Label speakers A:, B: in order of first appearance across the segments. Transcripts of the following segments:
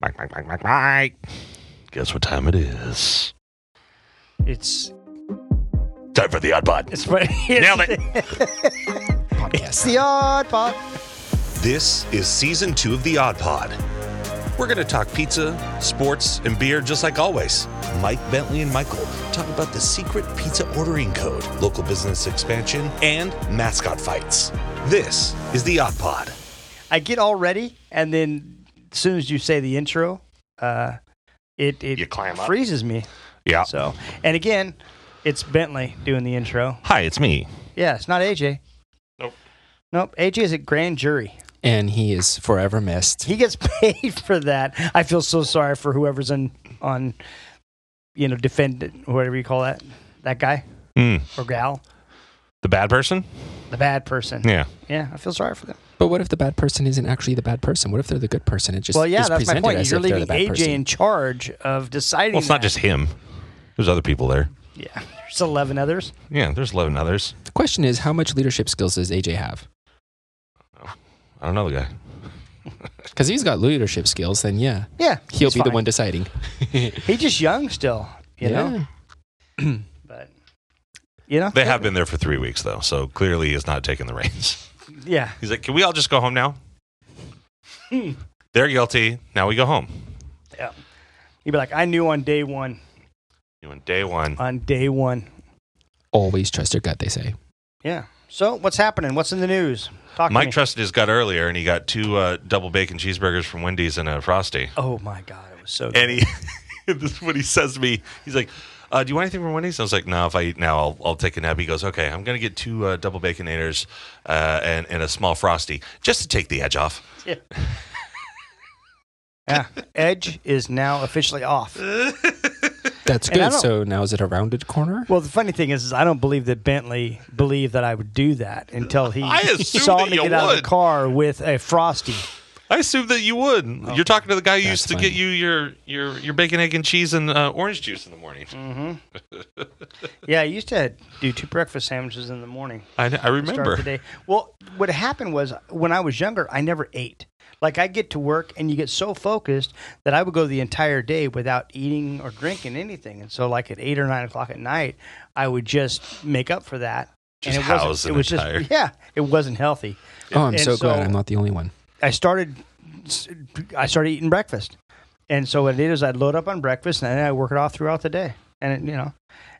A: Mike, Mike, Mike, Mike, Mike. Guess what time it is?
B: It's
A: Time for the odd pod.
B: it's oh, right.
A: Nailed it.
C: It's the odd pod.
D: This is season two of The Odd Pod. We're going to talk pizza, sports, and beer just like always. Mike Bentley and Michael talk about the secret pizza ordering code, local business expansion, and mascot fights. This is The Odd Pod.
B: I get all ready, and then as soon as you say the intro, uh, it it
A: You clam up.
B: freezes me.
A: Yeah.
B: So, and again, it's Bentley doing the intro.
A: Hi, it's me.
B: Yeah, it's not AJ.
A: Nope.
B: Nope. AJ is a grand jury.
E: and he is forever missed.
B: He gets paid for that. I feel so sorry for whoever's in on, you know, defendant, whatever you call that, that guy
A: Mm,
B: or gal,
A: the bad person?
B: the bad person.
A: Yeah.
B: Yeah, I feel sorry for them.
E: But what if the bad person isn't actually the bad person? What if they're the good person? It just
B: well, yeah,
E: is
B: that's my
E: presented
B: point.
E: as
B: You're
E: if they're
B: leaving
E: the bad
B: AJ
E: person.
B: in charge of deciding.
A: Well, it's not
B: that.
A: just him. There's other people there.
B: yeah. There's eleven others.
A: Yeah, there's 11 others.
E: The question is, how much leadership skills does AJ have?
A: I don't know the guy.
E: Because he's got leadership skills, then yeah,
B: Yeah,
E: he'll
B: it's
E: be the
B: fine.
E: one deciding. you
B: He's just young still, you know. But you know,
A: They have been there for three weeks, though, so clearly he's not taking the reins.
B: yeah.
A: He's like, can we all just go home now? They're guilty. Now we go home.
B: He'd be like, I knew on day one.
A: You went day one.
B: On day one.
E: always trust your gut. They say.
B: Yeah. So what's happening? What's in the news? Talk to
A: Mike
B: me.
A: trusted his gut earlier, and he got two uh, double bacon cheeseburgers from Wendy's and a Frosty.
B: oh my God, it was so. Good.
A: And he, this is what he says to me. He's like, uh, "Do you want anything from Wendy's?" I was like, "No, if I eat now, I'll, I'll take a nap." He goes, "Okay, I'm gonna get two uh, double baconators uh, and and a small frosty just to take the edge off."
B: yeah. Edge is now officially off.
E: That's
B: And I
E: good.
B: don't-
E: So now is it a rounded corner?
B: Well, the funny thing is, is I don't believe that Bentley believed that I would do that until he
A: I assumed
B: saw
A: that
B: me
A: you
B: get out of
A: would.
B: the car with a frosty.
A: I assume that you would.
B: Oh,
A: You're talking to the guy who
E: that's
A: used to get
E: funny.
A: you your your your bacon, egg, and cheese and uh, orange juice in the morning.
B: Mm. Yeah, I used to do two breakfast sandwiches in the morning.
A: I, I remember.
B: Start the day. Well, what happened was when I was younger, I never ate. Like I get to work and you get so focused that I would go the entire day without eating or drinking anything. And so, like at eight or nine o'clock at night, I would just make up for that.
A: Just
B: and it
A: house
B: wasn't.
A: an
B: It was
A: entire-
B: just yeah. It wasn't healthy.
E: oh, I'm
B: and
E: so, glad
B: so-
E: I'm not the only one.
B: I started I started eating breakfast. And so what I did is I'd load up on breakfast and then I work it off throughout the day. And it, you know,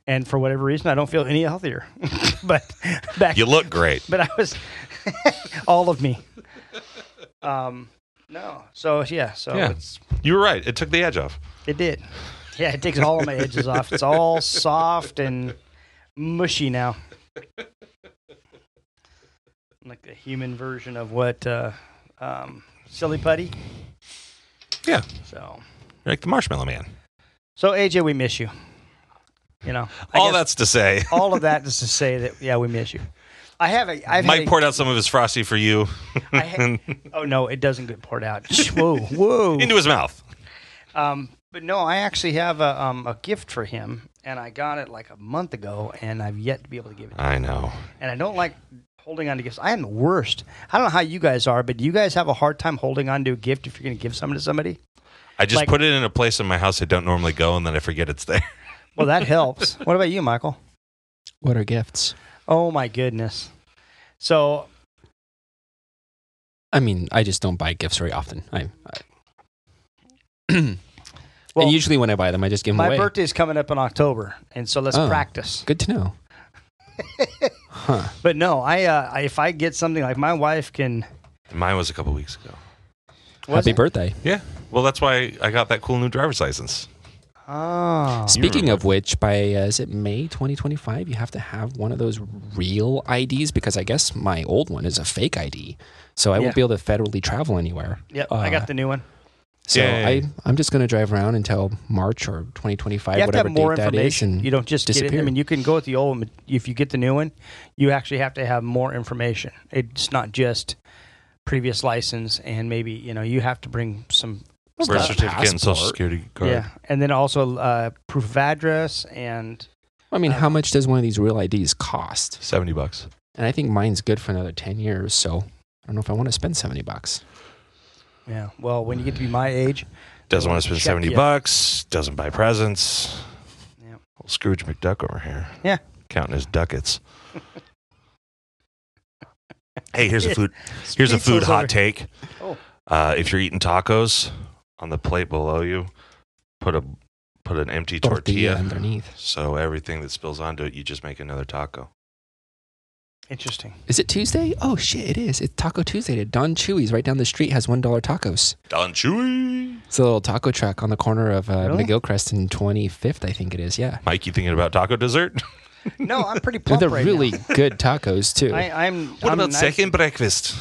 B: and for whatever reason I don't feel any healthier. but back
A: You look great.
B: but I was all of me. Um no. So yeah, so
A: Yeah,
B: it's
A: you were right. It took the edge off.
B: it did. Yeah, it takes all of my edges off. It's all soft and mushy now. Like the human version of what uh um silly putty.
A: Yeah,
B: So
A: you're like the marshmallow man.
B: So AJ, we miss you. You know, I
A: All
B: guess
A: that's to say,
B: all of that is to say that yeah, we miss you. I have a I've
A: Mike
B: had a-
A: poured out some of his frosty for you
B: I ha- oh no, it doesn't get poured out. whoa, whoa.
A: into his mouth.
B: Um, but no, I actually have a um, a gift for him, and I got it like a month ago, and I've yet to be able to give it.
A: I know.
B: And I don't like holding on to gifts. I am the worst. I don't know how you guys are, but do you guys have a hard time holding on to a gift if you're going to give something to somebody?
A: I just
B: Like-
A: put it in a place in my house I don't normally go, and then I forget it's there.
B: Well, that helps. what about you, Michael?
E: What are gifts?
B: Oh my goodness. So
E: I mean, I just don't buy gifts very often. I, I
B: well,
E: and usually when I buy them, I just give them
B: My
E: away.
B: birthday's coming up in October, and so let's
E: Oh.
B: practice.
E: Good to know. huh?
B: But no, I, uh, I if I get something like my wife can.
A: Mine was a couple weeks ago.
B: was
E: Happy
B: it?
E: birthday.
A: Yeah. Well, that's why I got that cool new driver's license.
B: Oh,
E: Speaking of which, by uh, is it May 2025? You have to have one of those real IDs because I guess my old one is a fake ID, so I
B: Yeah.
E: won't be able to federally travel anywhere. Uh,
B: yep, I got the new one.
E: So
A: Yay.
E: I I'm just gonna drive around until March or 2025,
B: You have to
E: whatever
B: have more
E: date that is.
B: information.
E: And
B: You don't just get it. I
E: disappear.
B: mean, you can go with the old one, but if you get the new one, you actually have to have more information. It's not just previous license and maybe you know you have to bring some
E: It's
A: birth
E: not a
A: certificate and social
E: passport.
A: security card.
B: yeah, and then also uh, proof of address and
E: I mean,
B: uh,
E: how much does one of these real IDs cost?
A: Seventy bucks.
E: And I think mine's good for another 10 years, so I don't know if I want to spend 70 bucks.
B: yeah. Well, when you get to be my age,
A: Doesn't want to spend
B: Check
A: 70
B: yet.
A: bucks. Doesn't buy presents.
B: Yeah.
A: Old Scrooge McDuck over here.
B: Yeah.
A: Counting his ducats. hey, here's a food here's a
B: Speechless
A: food hot
B: over-
A: take.
B: Oh.
A: Uh, if you're eating tacos, on the plate below you, put a put an empty
E: tortilla
A: tortilla.
E: underneath.
A: So everything that spills onto it, you just make another taco.
B: Interesting.
E: Is it Tuesday? Oh shit, it is. It's Taco Tuesday. at Don Chewy's right down the street has one dollar tacos.
A: Don Chewy.
E: It's a little taco truck on the corner of uh,
B: Really?
E: McGillcrest and 25th, I think it is. Yeah,
A: Mike, you thinking about taco dessert?
B: No, I'm pretty
E: But
B: plump
E: they're
B: right
E: really
B: now.
E: good tacos too.
B: I, I'm.
A: What
B: I'm
A: about
B: not-
A: second breakfast?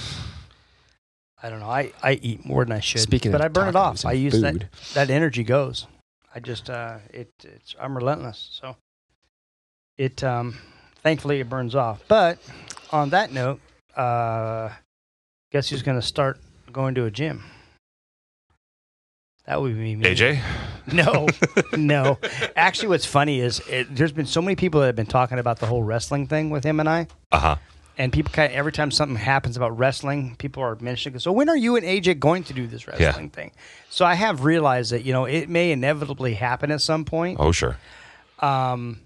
B: I don't know. I, I eat more than I should.
E: Speaking
B: but
E: of
B: I burn it
E: tacos
B: off.
E: and
B: I use
E: food.
B: that that energy goes. I just uh, it it's I'm relentless. So it um, thankfully it burns off. But on that note, uh, guess who's going to start going to a gym? That would be me.
A: AJ.
B: No, no. Actually, what's funny is it, there's been so many people that have been talking about the whole wrestling thing with him and I
A: Uh huh.
B: and people kind of every time something happens about wrestling, people are mentioning. So when are you and AJ going to do this wrestling thing? So I have realized that you know it may inevitably happen at some point,
A: Oh sure.
B: um,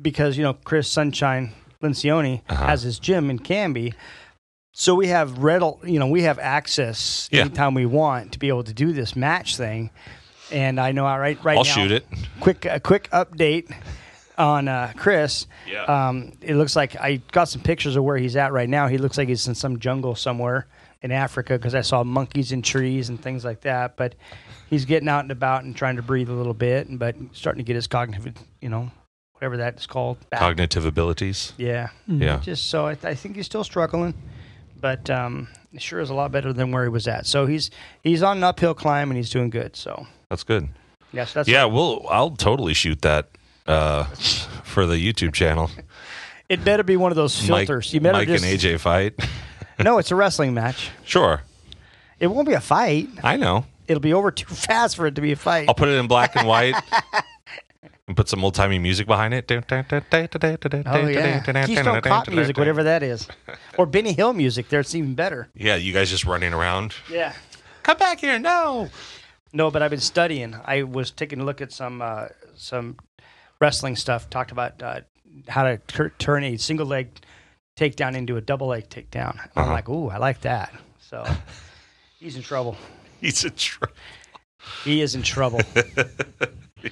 B: because you know Chris Sunshine Lencioni
A: Uh-huh.
B: has his gym in Canby, so we have red, you know, we have access
A: Yeah.
B: anytime we want to be able to do this match thing. And I know, all right, right
A: I'll
B: now,
A: shoot it.
B: quick a quick update on uh, Chris.
A: Yeah.
B: Um, it looks like I got some pictures of where he's at right now. He looks like he's in some jungle somewhere in Africa because I saw monkeys in trees and things like that. But he's getting out and about and trying to breathe a little bit, and but starting to get his cognitive, you know, whatever that is called. Back.
A: Cognitive abilities.
B: yeah.
A: Yeah.
B: Just so I, I think he's still struggling, but um, it sure is a lot better than where he was at. So he's he's on an uphill climb and he's doing good. So
A: That's good.
B: yes, that's
A: Yeah, we'll I'll totally shoot that uh, for the YouTube channel.
B: It better be one of those
A: Mike-
B: filters. you better
A: Mike
B: just
A: and AJ fight.
B: no. It's a wrestling match.
A: Sure.
B: It won't be a fight.
A: I know.
B: It'll be over too fast for it to be a fight.
A: I'll put it in black and white and put some old timey music behind it.
B: Oh yeah, Keystone Cop music, whatever that is, or Benny Hill music. That's even better.
A: Yeah, you guys just running around.
B: Yeah.
A: Come back here, no.
B: No, but I've been studying. I was taking a look at some uh, some wrestling stuff. Talked about uh, how to tur turn a single leg takedown into a double leg takedown. And I'm
A: Uh-huh.
B: like, ooh, I like that. So he's in trouble.
A: He's a tr-
B: He is in trouble. But,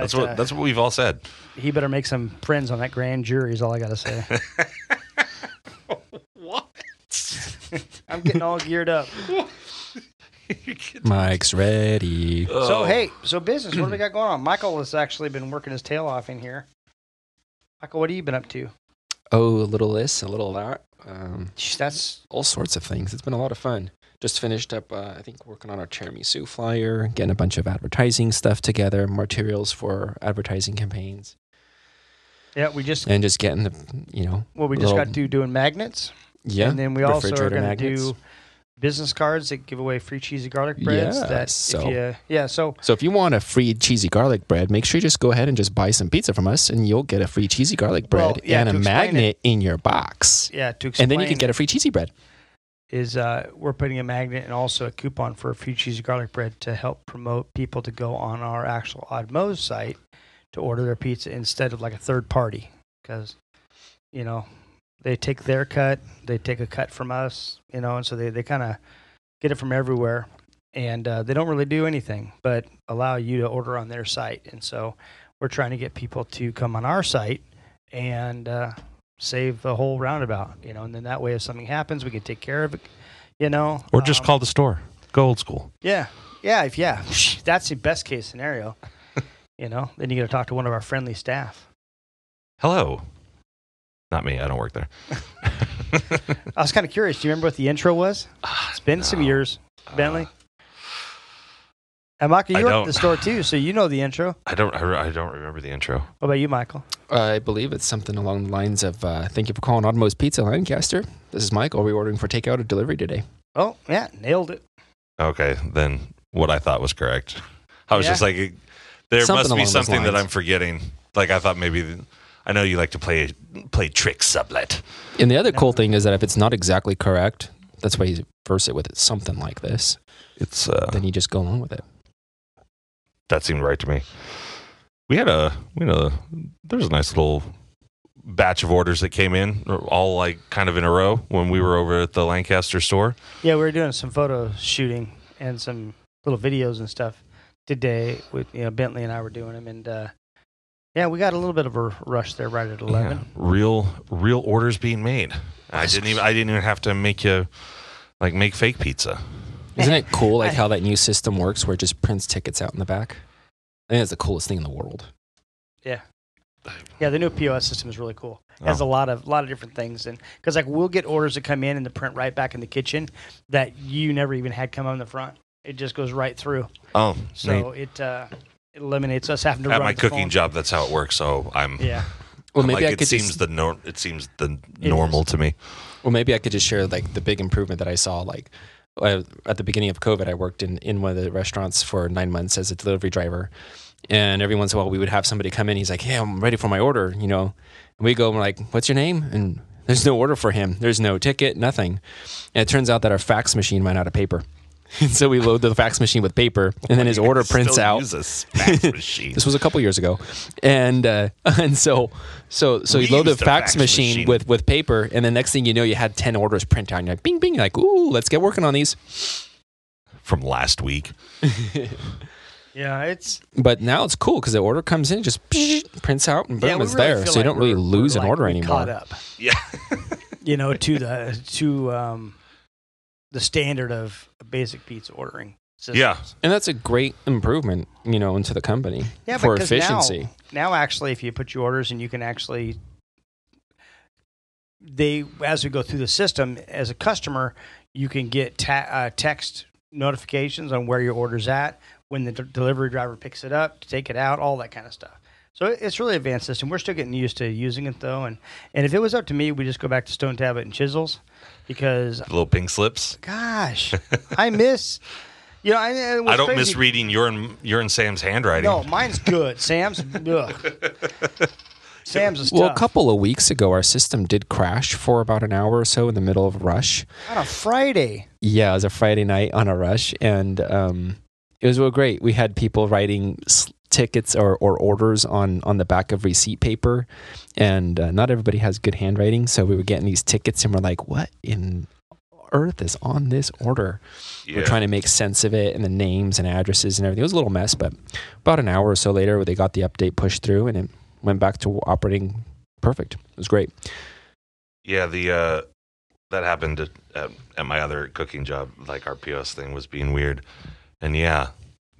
A: that's what
B: uh,
A: that's what we've all said.
B: He better make some friends on that grand jury. Is all I gotta say.
A: What?
B: I'm getting all geared up.
E: Mike's ready.
B: So hey, so business. What do we got going on? Michael has actually been working his tail off in here. Michael, what have you been up to?
E: Oh, a little this, a little that. Um,
B: Jeez, That's
E: all sorts of things. It's been a lot of fun. Just finished up, uh, I think, working on our tiramisu flyer, getting a bunch of advertising stuff together, materials for advertising campaigns,
B: yeah. We just
E: and just getting the, you know,
B: well, we just
E: little-
B: got to doing magnets,
E: yeah.
B: and then we also are
E: refrigerator
B: going to
E: magnets.
B: do business cards that give away free cheesy garlic breads.
E: Yeah,
B: that
E: so-
B: if you, yeah. So
E: So if you want a free cheesy garlic bread, make sure you just go ahead and just buy some pizza from us, and you'll get a free cheesy garlic bread
B: Well, yeah,
E: and a
B: to explain
E: magnet in your box,
B: yeah, to explain,
E: and then you can get a free cheesy bread.
B: is uh, we're putting a magnet and also a coupon for a few cheesy garlic bread to help promote people to go on our actual Oddmo's site to order their pizza instead of like a third party because you know they take their cut, they take a cut from us, you know, and so they, they kind of get it from everywhere and uh, they don't really do anything but allow you to order on their site. And so we're trying to get people to come on our site and uh, save the whole roundabout, you know, and then that way if something happens, we can take care of it, you know.
A: Or just
B: Um,
A: call the store. Go old school.
B: Yeah. Yeah. If, yeah. That's the best case scenario, you know, then you got to talk to one of our friendly staff.
A: Hello. Not me. I don't work there.
B: I was kind of curious. Do you remember what the intro was? It's been some
A: Ah, no. Uh,
B: years, Bentley. and Michael,
A: I
B: you were
A: don't.
B: at the store too, so you know the intro.
A: I don't. I, re- I don't remember the intro.
B: What about you, Michael?
E: I believe it's something along the lines of uh, "Thank you for calling Automo's Pizza, Lancaster. This is Mike. Are we ordering for takeout or delivery today?"
B: Oh, yeah. Nailed it.
A: Okay, then what I thought was correct. I was
B: Yeah.
A: just like, it- there
E: Something
A: must
E: along
A: be
E: those
A: something that
E: lines.
A: I'm forgetting. Like I thought maybe. th- I know you like to play play trick sublet.
E: And the other cool thing is that if it's not exactly correct, That's why you verse it with it, something like this.
A: It's uh,
E: Then you just go along with it.
A: that seemed right to me. We had a we know there's a nice little batch of orders that came in all like kind of in a row when we were over at the Lancaster store.
B: Yeah, we were doing some photo shooting and some little videos and stuff today. With you know, Bentley and I were doing them, and uh, yeah, we got a little bit of a rush there right at eleven.
A: Yeah, real real orders being made. I didn't even I didn't even have to make you like make fake pizza.
E: Isn't it cool like how that new system works where it just prints tickets out in the back? I think that's the coolest thing in the world.
B: Yeah, the new POS system is really cool. It has
A: Oh.
B: a lot of lot of different things, and because like we'll get orders that come in and the print right back in the kitchen that you never even had come on the front. It just goes right through,
A: Oh, neat.
B: so it uh, it eliminates us having to
A: at
B: run
A: my
B: the
A: cooking
B: phone.
A: job, that's how it works. So I'm.
B: Yeah,
E: Well,
A: I'm
E: maybe
A: like,
E: I
A: it
E: could
A: seems
E: just,
A: the nor- it seems the
B: is.
A: normal to me.
E: well, maybe I could just share like the big improvement that I saw. Like uh, at the beginning of COVID, I worked in in one of the restaurants for nine months as a delivery driver, and every once in a while we would have somebody come in. He's like, "Hey, I'm ready for my order," you know, and we go and we're like, "What's your name?" and there's no order for him. There's no ticket, nothing. And it turns out that our fax machine ran out of paper. And so we load the fax machine with paper, and then his order prints
A: Still
E: out.
A: Use a fax machine.
E: This was a couple years ago, and uh, and so so so
A: We
E: you load the
A: used a
E: fax,
A: fax
E: machine,
A: machine.
E: with with paper, and the next thing you know, you had ten orders print out. And you're like, bing bing, you're like, ooh, let's get working on these.
A: from last week.
B: yeah, it's
E: But now it's cool because the order comes in, just prints out, and boom,
B: yeah, we
E: it's
B: really
E: there.
B: feel
E: So you
B: like
E: don't really
B: we're-
E: lose
B: we're,
E: an
B: like,
E: order
B: we
E: anymore.
B: Caught up.
A: Yeah.
B: you know, to the to um, the standard of basic pizza ordering. System.
A: Yeah.
E: And that's a great improvement, you know, into the company
B: Yeah,
E: for
B: because now-
E: efficiency.
B: Now, actually, if you put your orders and you can actually, they as we go through the system as a customer, you can get ta- uh, text notifications on where your order's at, when the d- delivery driver picks it up, to take it out, all that kind of stuff. So it- it's really advanced system. We're still getting used to using it though, and and if it was up to me, we just go back to stone tablet and chisels, because
A: The little pink slips.
B: gosh, I miss. You know, I,
A: I don't
B: miss
A: miss reading your and your and Sam's handwriting.
B: No, mine's good. Sam's. Ugh. Sam's is
E: Well, a
B: tough.
E: couple of weeks ago, our system did crash for about an hour or so in the middle of a rush.
B: on a Friday.
E: yeah, it was a Friday night on a rush, and um, it was real great. We had people writing s- tickets or, or orders on on the back of receipt paper, and uh, not everybody has good handwriting, so we were getting these tickets, and we're like, "What in earth is on this order?"
A: Yeah.
E: We're trying to make sense of it, and the names and addresses and everything. It was a little mess, but about an hour or so later, they got the update pushed through, and it went back to operating perfect. It was great.
A: Yeah, the uh, that happened at, at my other cooking job. Like our POS thing was being weird, and yeah,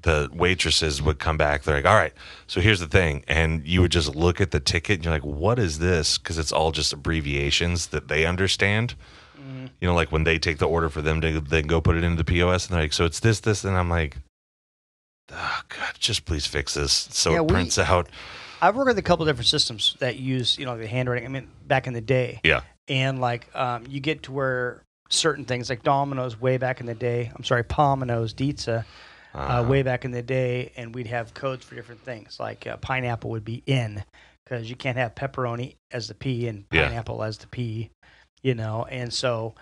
A: the waitresses would come back. They're like, "All right, so here's the thing," and you would just look at the ticket and you're like, "What is this?" Because it's all just abbreviations that they understand.
B: Mm-hmm.
A: You know, like when they take the order for them to then go put it into the POS, and they're like, "So it's this, this," and I'm like. Oh God! Just please fix this so
B: Yeah,
A: it
B: we-
A: prints out.
B: I've worked with a couple different systems that use you know the handwriting. I mean, back in the day.
A: Yeah.
B: And like, um, you get to where certain things like Domino's way back in the day. I'm sorry, Pomino's, Dietza.
A: Uh-huh.
B: uh, way back in the day, and we'd have codes for different things. Like uh, pineapple would be N because you can't have pepperoni as the P and
A: Yeah.
B: pineapple as the P, you know. And so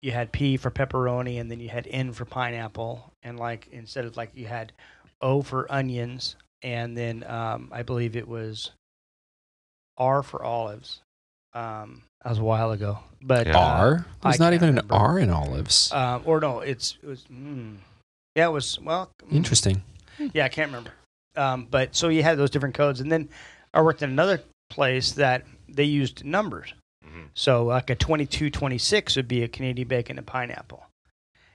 B: you had P for pepperoni, and then you had N for pineapple, and like instead of like you had O for onions, and then um, I believe it was R for olives. Um, that was a while ago, but
A: Yeah. Uh,
B: uh,
E: R?
B: I
E: There's not
B: can't
E: even an
B: remember.
E: R in olives.
B: um, or no, it's it was. Mm, yeah, it was well. mm,
E: Interesting.
B: yeah, I can't remember. Um, but so you had those different codes, and then I worked in another place that they used numbers.
A: Mhm.
B: So like a twenty-two, twenty-six would be a Canadian bacon and pineapple.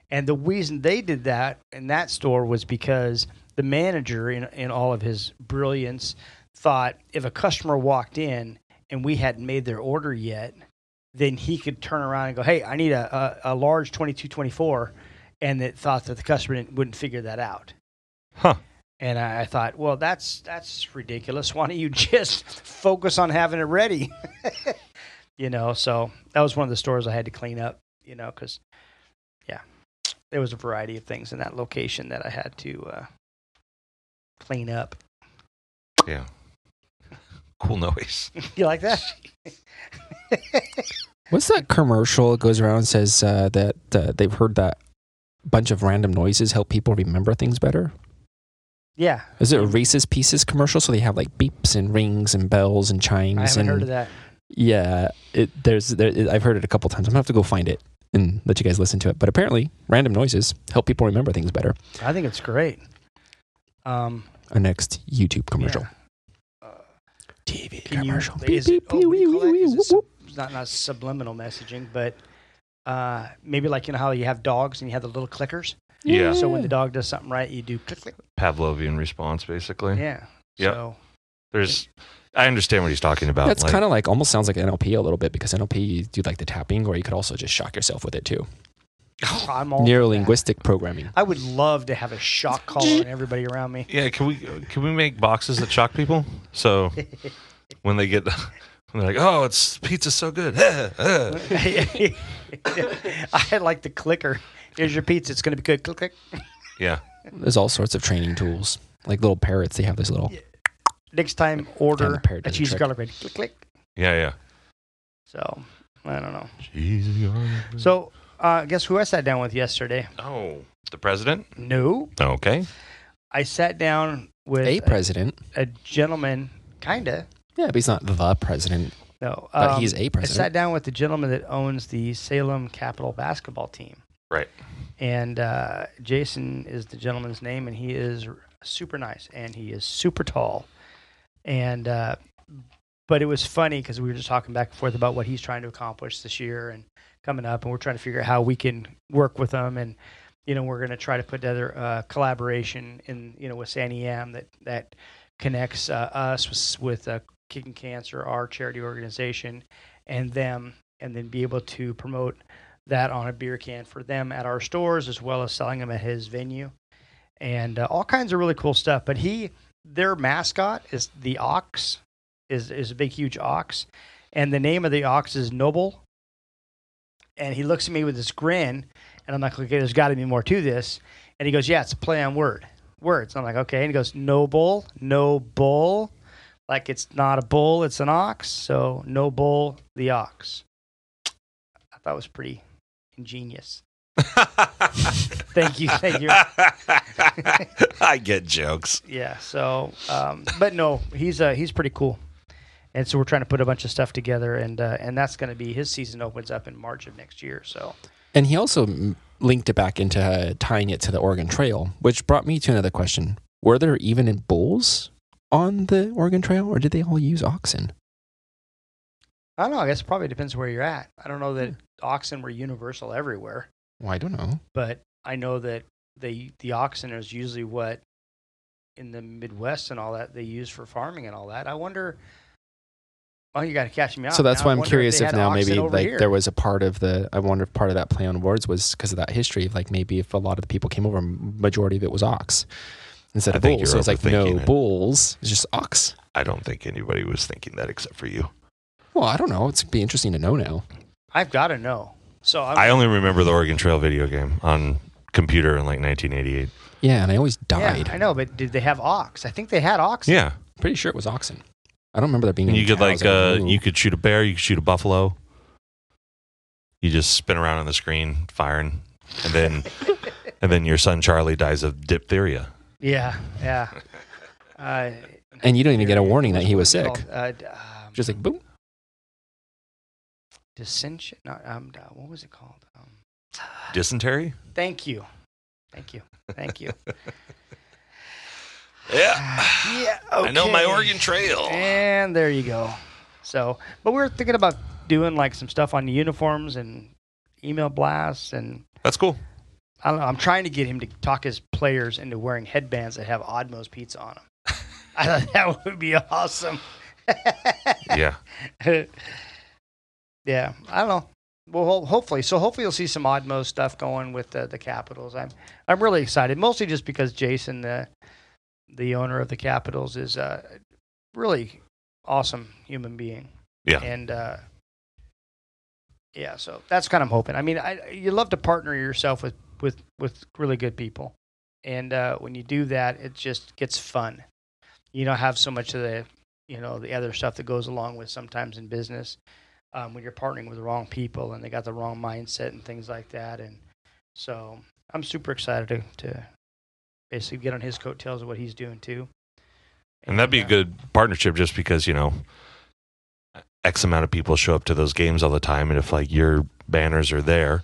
B: And the reason they did that in that store was because the manager, in, in all of his brilliance, thought if a customer walked in and we hadn't made their order yet, then he could turn around and go, "Hey, I need a a, a large twenty-two, twenty-four," and it thought that the customer didn't, wouldn't figure that out.
A: Huh.
B: And I, I thought, well, that's that's ridiculous. Why don't you just focus on having it ready? you know, so that was one of the stores I had to clean up. You know, because yeah, there was a variety of things in that location that I had to uh, clean up.
A: cool noise.
B: You like that?
E: What's that commercial that goes around and says uh, that uh, they've heard that bunch of random noises help people remember things better?
B: Yeah,
E: Is it a Reese's Pieces commercial? So they have like beeps and rings and bells and chimes.
B: I haven't
E: and
B: heard of that.
E: Yeah, it, there's there, it, I've heard it a couple times. I'm gonna have to go find it and let you guys listen to it. But apparently, random noises help people remember things better.
B: I think it's great. Um,
E: Our next YouTube commercial,
B: yeah. Uh,
E: TV
B: Can you-
E: commercial.
B: is
E: Beep,
B: it-
E: beep,
B: oh,
E: wee,
B: we
E: wee,
B: collect-
E: wee,
B: is it
E: whoop,
B: sub-
E: whoop.
B: it's not not subliminal messaging, but uh, maybe like you know how you have dogs and you have the little clickers.
A: Yeah.
B: So
E: Mm.
B: when the dog does something right, you do click click.
A: Pavlovian response, basically.
B: Yeah.
A: Yep.
B: So
A: There's, I understand what he's talking about.
E: That's
A: like-
E: kind of like almost sounds like NLP a little bit because NLP you do like the tapping, or you could also just shock yourself with it too.
B: I'm all for that.
E: Neuro linguistic programming.
B: I would love to have a shock collar and everybody around me.
A: Yeah, can we can we make boxes that shock people? So when they get when they're like, "Oh, it's pizza's so good."
B: I like the clicker. Here's your pizza. It's going to be good. Click click.
A: yeah.
E: There's all sorts of training tools, like little parrots. They have this little.
B: Next time, order
E: parrot
B: a
E: does the
B: cheesy
E: trick.
B: garlic bread. Click click.
A: Yeah,
B: So I don't know.
A: yeah.
E: Mm.
A: Jeez.
B: So uh, guess who I sat down with yesterday?
A: Oh, the president?
B: No,
A: Okay.
B: I sat down with
E: A
B: a,
E: president.
B: a gentleman, kinda.
E: Yeah, but he's not the president.
B: No,
E: But
B: um,
E: he's a
B: I sat
E: president.
B: down with the gentleman that owns the Salem Capital basketball team,
A: Right.
B: and uh, Jason is the gentleman's name, and he is r- super nice, and he is super tall, and uh, but it was funny because we were just talking back and forth about what he's trying to accomplish this year and coming up, and we're trying to figure out how we can work with them and. You know, we're going to try to put together a collaboration in, you know, with Sandy Am that that connects uh, us with, with uh, Kicking Cancer, our charity organization, and them, and then be able to promote that on a beer can for them at our stores as well as selling them at his venue, and uh, all kinds of really cool stuff. But he, their mascot is the ox, is is a big huge ox, and the name of the ox is Noble. And he looks at me with this grin, and I'm like, okay, there's got to be more to this. And he goes, yeah, it's a play on word words. And I'm like, okay. And he goes, no bull, no bull. Like it's not a bull, it's an ox. So no bull, the ox. I thought it was pretty ingenious. Thank you, thank you.
A: I get jokes.
B: Yeah. So, um, but no, he's uh, he's pretty cool. And so we're trying to put a bunch of stuff together, and uh, and that's going to be his season opens up in March of next year. So
E: And he also m- linked it back into uh, tying it to the Oregon Trail, which brought me to another question. Were there even bulls on the Oregon Trail, or did they all use oxen?
B: I don't know. I guess it probably depends where you're at. I don't know that oxen were universal everywhere.
E: Well, I don't know.
B: but I know that they the oxen is usually what in the Midwest and all that they use for farming and all that. I wonder. Oh, you got to catch me out.
E: so that's
B: now.
E: why
B: I
E: I'm
B: wonder
E: curious
B: they
E: if
B: had
E: now
B: oxen
E: maybe
B: over
E: like
B: here.
E: there was a part of the I wonder if part of that play on words was because of that history of like maybe if a lot of the people came over, m- majority of it was ox instead
A: I
E: of
A: think
E: bulls.
A: you're
E: So it's like no
A: overthinking it.
E: bulls, it's just ox.
A: I don't think anybody was thinking that except for you.
E: Well, I don't know. It's be interesting to know now.
B: I've got to know. So I'm,
A: I only remember the Oregon Trail video game on computer in like 1988.
E: Yeah, and I always
B: yeah,
E: died.
B: I know, but did they have ox? I think they had oxen.
A: Yeah.
E: Pretty sure it was oxen. I don't remember that being.
A: And you could like
E: cows. I don't
A: uh
E: know.
A: you could shoot a bear, you could shoot a buffalo. You just spin around on the screen firing and then and then your son Charlie dies of diphtheria.
B: yeah, yeah. Uh,
E: and you don't even get a warning that he was
B: what
E: sick.
B: is it called? Uh, d- um,
E: Just like boom.
B: dissension. Not, um, uh, what was it called? Um,
A: Dysentery?
B: thank you, thank you, thank you.
A: Yeah.
B: yeah,
A: I know my
B: okay.
A: Oregon Trail.
B: And there you go. So, but we are thinking about doing like some stuff on uniforms and email blasts, and
A: That's cool.
B: I don't know. I'm trying to get him to talk his players into wearing headbands that have Odmo's pizza on them. I thought that would be awesome.
A: Yeah.
B: yeah, I don't know. Well, ho- hopefully, so hopefully you'll see some Odmo stuff going with the, the Capitals. I'm I'm really excited, mostly just because Jason, the the owner of the Capitals, is uh, a really awesome human being.
A: Yeah.
B: And uh, yeah, so that's kind of hoping. I mean, I you love to partner yourself with with with really good people, and uh, when you do that, it just gets fun. You don't have so much of the you know the other stuff that goes along with sometimes in business um, when you're partnering with the wrong people and they got the wrong mindset and things like that. And so I'm super excited to, to basically get on his coattails of what he's doing too.
A: And that'd be
B: uh,
A: a good partnership just because, you know, X amount of people show up to those games all the time. And if like your banners are there,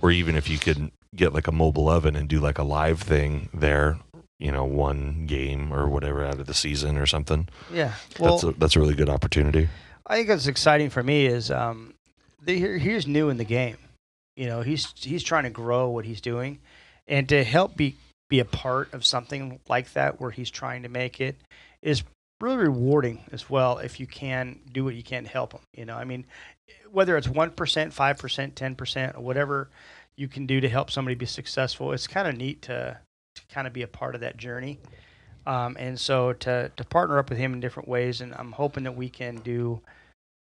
A: or even if you could get like a mobile oven and do like a live thing there, you know, one game or whatever out of the season or something,
B: Yeah. Well,
A: that's, a, that's a really good opportunity.
B: I think what's exciting for me is um, the, here, he's new in the game. You know, he's he's trying to grow what he's doing, and to help be be a part of something like that where he's trying to make it is really rewarding as well. If you can do what you can to help him, you know, I mean, whether it's one percent, five percent, ten percent, or whatever you can do to help somebody be successful, it's kind of neat to to kind of be a part of that journey. Um, and so to to partner up with him in different ways, and I'm hoping that we can do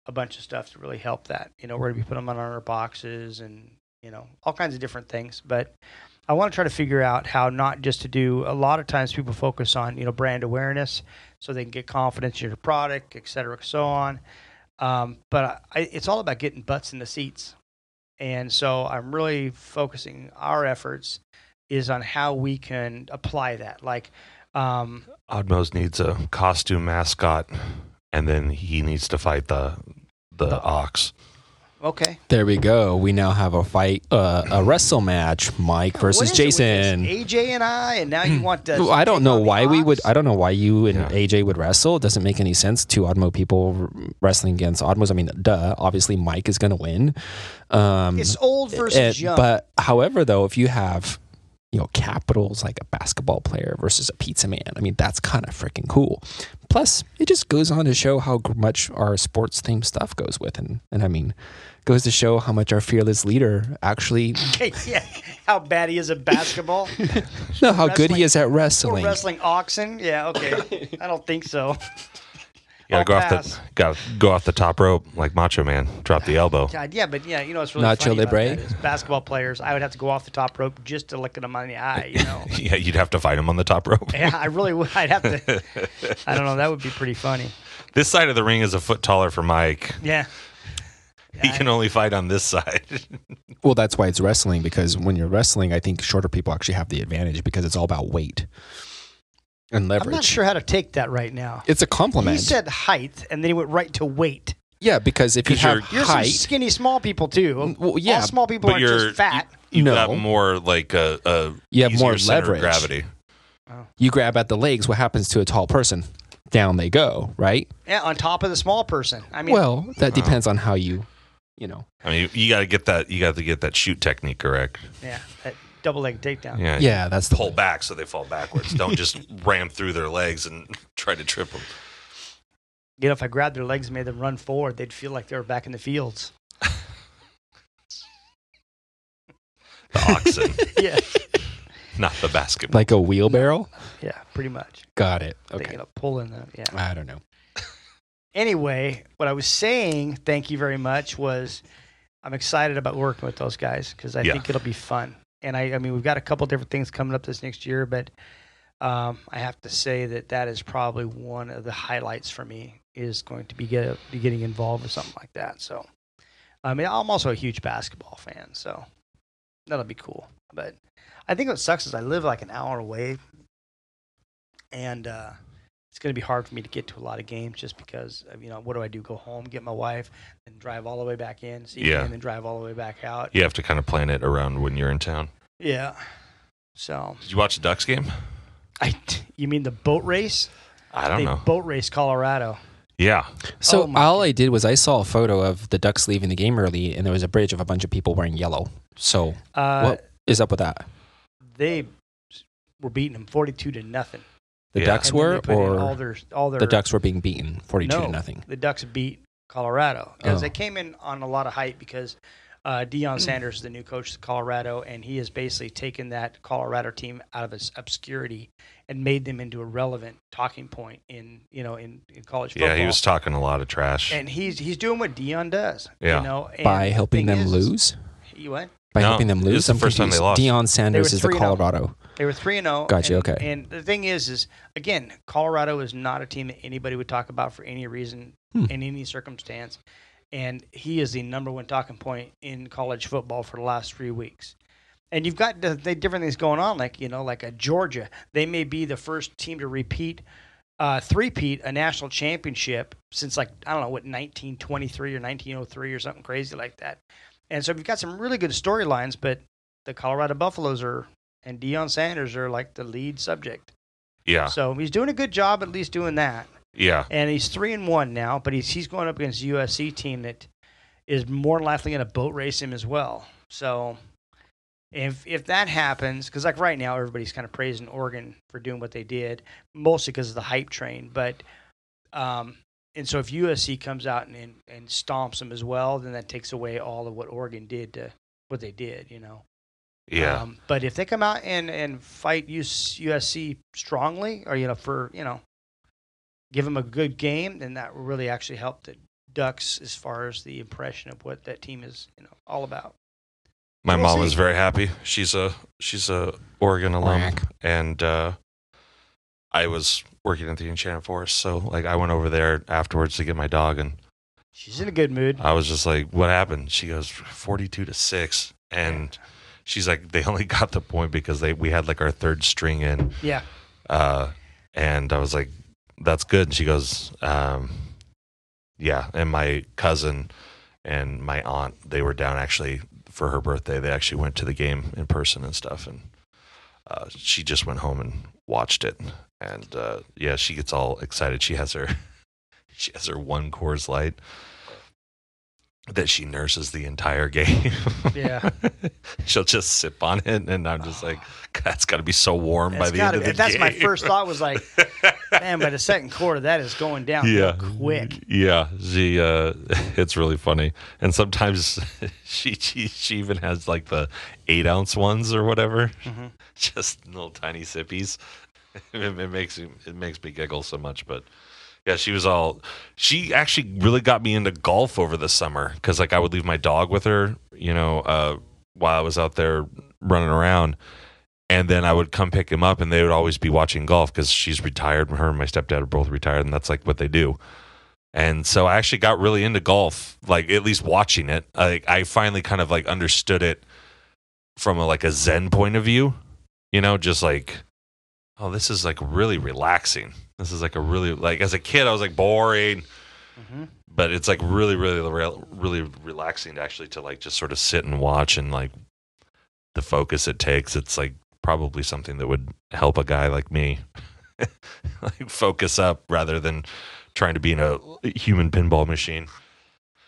B: a bunch of stuff to really help that. You know, we're going to be putting them on our boxes and, you know, all kinds of different things. But I want to try to figure out how not just to do a lot of times people focus on, you know, brand awareness so they can get confidence in your product, et cetera, so on. Um, but I, it's all about getting butts in the seats. And so I'm really focusing our efforts is on how we can apply that. Like, um,
A: Oddmos needs a costume mascot, and then he needs to fight the the, ox.
B: okay.
E: There we go. We now have a fight, uh, a wrestle match, Mike versus
B: What is it with
E: Jason.
B: this? AJ and I, and now you want to.
E: Well, I don't
B: take
E: know
B: on the
E: why we
B: Ox?
E: would. I don't know why you and
A: Yeah.
E: AJ would wrestle. It doesn't make any sense. Two Odmo people r- wrestling against Odmos. I mean, duh. Obviously, Mike is going to win. Um,
B: It's old versus
E: it-
B: young.
E: But however, though, if you have you know capitals like a basketball player versus a pizza man, I mean that's kind of freaking cool. Plus, it just goes on to show how gr- much our sports themed stuff goes with, and and I mean, goes to show how much our fearless leader actually
B: yeah, how bad he is at basketball
E: no how good
B: Wrestling.
E: he is at
B: or
E: wrestling.
B: wrestling oxen. Yeah, okay. I don't think so.
A: You gotta
B: I'll
A: go off
B: pass.
A: the gotta go off the top rope like Macho Man. Drop the elbow.
B: God, yeah, but yeah, you know what's really
E: Nacho
B: funny about
E: Libre?
B: that is basketball players. I would have to go off the top rope just to look at him on the eye. You know.
A: Yeah, you'd have to fight him on the top rope.
B: Yeah, I really would. I'd have to. I don't know. That would be pretty funny.
A: This side of the ring is a foot taller for Mike.
B: Yeah.
A: He can only fight on this side.
E: Well, that's why it's wrestling because when you're wrestling, I think shorter people actually have the advantage because it's all about weight and leverage.
B: I'm not sure how to take that right now.
E: It's a compliment.
B: He said height, and then he went right to weight.
E: yeah, because if you
A: 'Cause
E: have
A: you're-
B: You're some
E: height, Mm,
B: skinny, small people too.
E: Well, yeah,
B: All small people aren't just fat.
A: You, you
E: No.
A: got more like a, a
E: You have more
A: easier center of
E: leverage.
A: gravity.
E: you grab at the legs, what happens to a tall person? Down they go, right?
B: yeah, on top of the small person. I mean,
E: well, that
A: uh-huh.
E: depends on how you, you know.
A: I mean, you, got to get that. You got to get that shoot technique correct.
B: yeah, that double leg takedown.
A: Yeah.
E: Yeah, that's the
A: Pull back so they fall backwards. Don't just ram through their legs and try to trip them.
B: You know, if I grabbed their legs and made them run forward, they'd feel like they were back in the fields.
A: The oxen,
B: Yeah,
A: not the basketball.
E: Like a wheelbarrow.
B: yeah, pretty much.
E: Got it.
B: They,
E: Okay.
B: you know, pulling them. Yeah.
E: I don't know.
B: Anyway, what I was saying, thank you very much, was I'm excited about working with those guys because I
A: Yeah.
B: think it'll be fun. And I, I mean, we've got a couple different things coming up this next year, but um, I have to say that that is probably one of the highlights for me is going to be, get, be getting involved with something like that. So, I mean, I'm also a huge basketball fan, so that'll be cool. But I think what sucks is I live like an hour away, and uh, it's going to be hard for me to get to a lot of games just because of, you know what do I do? Go home, get my wife, and drive all the way back in, see
A: Yeah.
B: yeah. and then drive all the way back out.
A: You have to kind of plan it around when you're in town.
B: Yeah. So
A: Did you watch the Ducks game?
B: I, you mean the boat race?
A: I don't
B: they
A: know.
B: boat race Colorado.
A: Yeah.
E: So
B: Oh my
E: all I did was I saw a photo of the Ducks leaving the game early, and there was a bridge of a bunch of people wearing yellow. So
B: Uh,
E: what is up with that?
B: They s- were beating them forty-two to nothing.
E: The
A: Yeah.
E: Ducks
B: And then
E: were,
B: they put in all
E: or
B: their all their
E: the Ducks were being beaten, forty-two
B: No.
E: to nothing.
B: the Ducks beat Colorado because
E: Oh. Mm.
B: they came in on a lot of hype because uh, Deion Sanders is the new coach of Colorado, and he has basically taken that Colorado team out of its obscurity and made them into a relevant talking point in you know in, in college football.
A: Yeah, he was talking a lot of trash.
B: and he's he's doing what Dion does.
A: Yeah.
B: you know, and
E: By
B: the
E: helping
B: thing
E: them
B: is-
E: lose,
B: You what?
E: by
A: No,
E: helping them
A: this is
E: lose.
A: the
E: I'm
A: first time they
E: confused. Deion Sanders is the
B: 3 and oh.
E: Colorado.
B: They were three and zero.
E: Gotcha,
B: and-
E: okay.
B: And the thing is, is again,
E: Hmm.
B: Colorado is not a team that anybody would talk about for any reason in any circumstance, and he is the number one talking point in college football for the last three weeks. And you've got the, the different things going on, like you know, like a Georgia, they may be the first team to repeat, uh, three-peat a national championship since like I don't know what 1923 or 1903 or something crazy like that. And so we've got some really good storylines, but the Colorado Buffaloes are and Deion Sanders are like the lead subject.
A: Yeah.
B: So he's doing a good job at least doing that.
A: Yeah.
B: And he's three and one now, but he's he's going up against a USC team that is more than likely going to boat race him as well. So if if that happens, because like right now everybody's kind of praising Oregon for doing what they did, mostly because of the hype train. But um, and so if USC comes out and, and and stomps them as well, then that takes away all of what Oregon did to what they did, you know.
A: Yeah.
B: Um, but if they come out and and fight US, USC strongly, or you know, for you know, give them a good game, then that will really actually help the Ducks as far as the impression of what that team is, you know, all about.
A: My
B: We'll
A: mom
B: see.
A: is very happy. She's a she's a Oregon alum,
E: Whack.
A: and uh, I was working at the Enchanted Forest, so like I went over there afterwards to get my dog, and
B: She's in a good mood.
A: I was just like, "What happened?" She goes, "42 to six, and she's like, "They only got the point because they we had like our third string in."
B: Yeah.
A: Uh, and I was like, "That's good." And she goes, um, "Yeah." And my cousin and my aunt, they were down actually for her birthday. They actually went to the game in person and stuff. And uh, she just went home and watched it. And uh, yeah, she gets all excited. She has her she has her one Coors Light that she nurses the entire game.
B: Yeah.
A: She'll just sip on it, and I'm just like, "God, that's got to be so warm by
B: That's
A: the
B: gotta
A: end of
B: be-
A: the
B: that's
A: game.
B: my first thought was like, man, by the second quarter, that is going down
A: yeah
B: quick.
A: yeah she uh it's really funny and sometimes she she, she even has like the eight ounce ones or whatever
B: Mhm.
A: just little tiny sippies it, it makes me- it makes me giggle so much but yeah she was all she actually really got me into golf over the summer because like i would leave my dog with her you know uh while i was out there running around and then I would come pick him up, and they would always be watching golf because she's retired. Her and my stepdad are both retired, and that's like what they do. And so I actually got really into golf, like at least watching it. Like I finally kind of like understood it from a, like a Zen point of view, you know, just like, oh, this is like really relaxing. This is like a really like as a kid I was like boring,
B: Mhm.
A: but it's like really really re- really relaxing to actually to like just sort of sit and watch and like the focus it takes. It's like probably something that would help a guy like me like focus up rather than trying to be in a human pinball machine.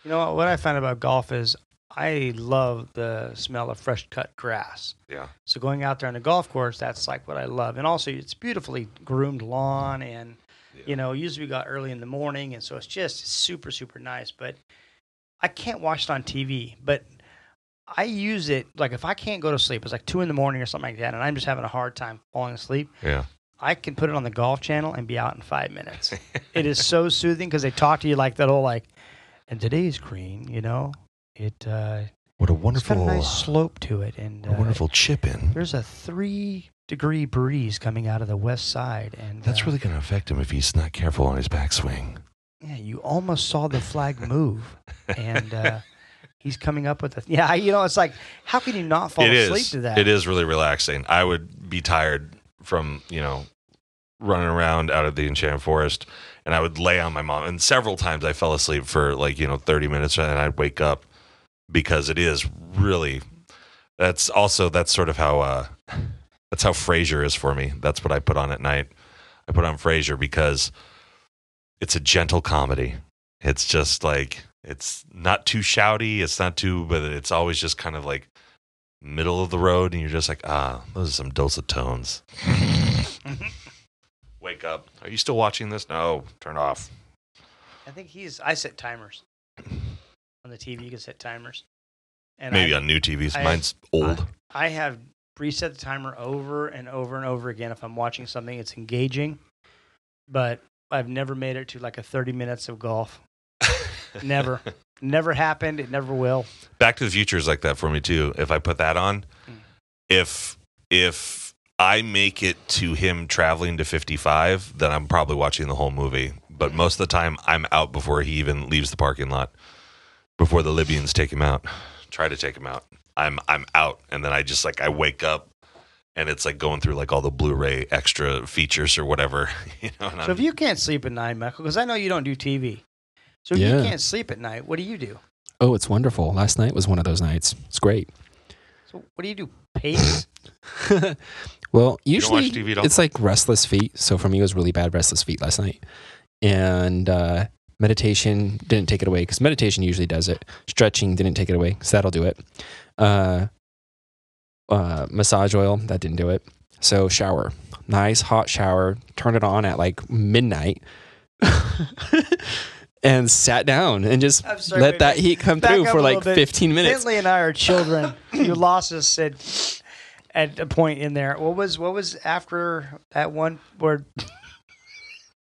B: You know what, what I find about golf is I love the smell of fresh cut grass.
A: Yeah.
B: So going out there on a golf course, that's like what I love. And also, it's beautifully groomed lawn, and you know, usually we got early in the morning, and so it's just super, super nice. But I can't watch it on TV, but I use it like if I can't go to sleep, it's like two in the morning or something like that, and I'm just having a hard time falling asleep.
A: Yeah.
B: I can put it on the golf channel and be out in five minutes. it is so soothing because they talk to you like that whole like, and today's green, you know, it uh,
A: What a
B: it's
A: wonderful,
B: got a nice slope to it, and
A: a
B: uh,
A: wonderful chip in.
B: there's a three degree breeze coming out of the west side, and
A: That's
B: uh,
A: really going to affect him if he's not careful on his backswing.
B: yeah. You almost saw the flag move, and uh, he's coming up with a yeah. You know, it's like how can you not fall
A: It is.
B: asleep to that?
A: It is really relaxing. I would be tired from, you know, running around out of the enchanted forest and I would lay on my mom and several times I fell asleep for like, you know, 30 minutes and I'd wake up because it is really that's also that's sort of how uh that's how Frasier is for me. That's what I put on at night. I put on Frasier because it's a gentle comedy. It's just like it's not too shouty, it's not too but it's always just kind of like middle of the road and you're just like, ah, those are some dulcet tones. Wake up. Are you still watching this? No, turn off.
B: I think he's. I set timers on the TV. You can set timers. And
A: Maybe
B: I,
A: on new TVs.
B: I-
A: Mine's old.
B: I have reset the timer over and over and over again. If I'm watching something, it's engaging, but I've never made it to like a 30 minutes of golf. Never, never happened. It never will.
A: Back to the Future is like that for me too. If I put that on,
B: Mm.
A: if if I make it to him traveling to 55, then I'm probably watching the whole movie. But most of the time, I'm out before he even leaves the parking lot. before the Libyans take him out. Try to take him out. I'm I'm out, and then I just like I wake up, and it's like going through like all the Blu-ray extra features or whatever. You know, and
B: So
A: I'm,
B: if you can't sleep at night, Michael, because I know you don't do TV, so if
E: Yeah.
B: you can't sleep at night, what do you do?
E: Oh, it's wonderful. Last night was one of those nights. It's great.
B: So what do you do? Pace.
E: well,
A: don't watch
E: usually
A: TV at all?
E: it's like restless feet. So for me, it was really bad restless feet last night. And uh, meditation didn't take it away because meditation usually does it. Stretching didn't take it away because that'll do it. Uh, uh, massage oil that didn't do it. So shower, nice hot shower. Turned it on at like midnight. and sat down and just
B: I'm sorry,
E: let
B: wait,
E: that
B: wait.
E: heat come
B: Back
E: through
B: up
E: for
B: a little
E: like
B: bit.
E: 15 minutes.
B: Bentley and I are children. you lost us at at a point in there. What was what was after that one word?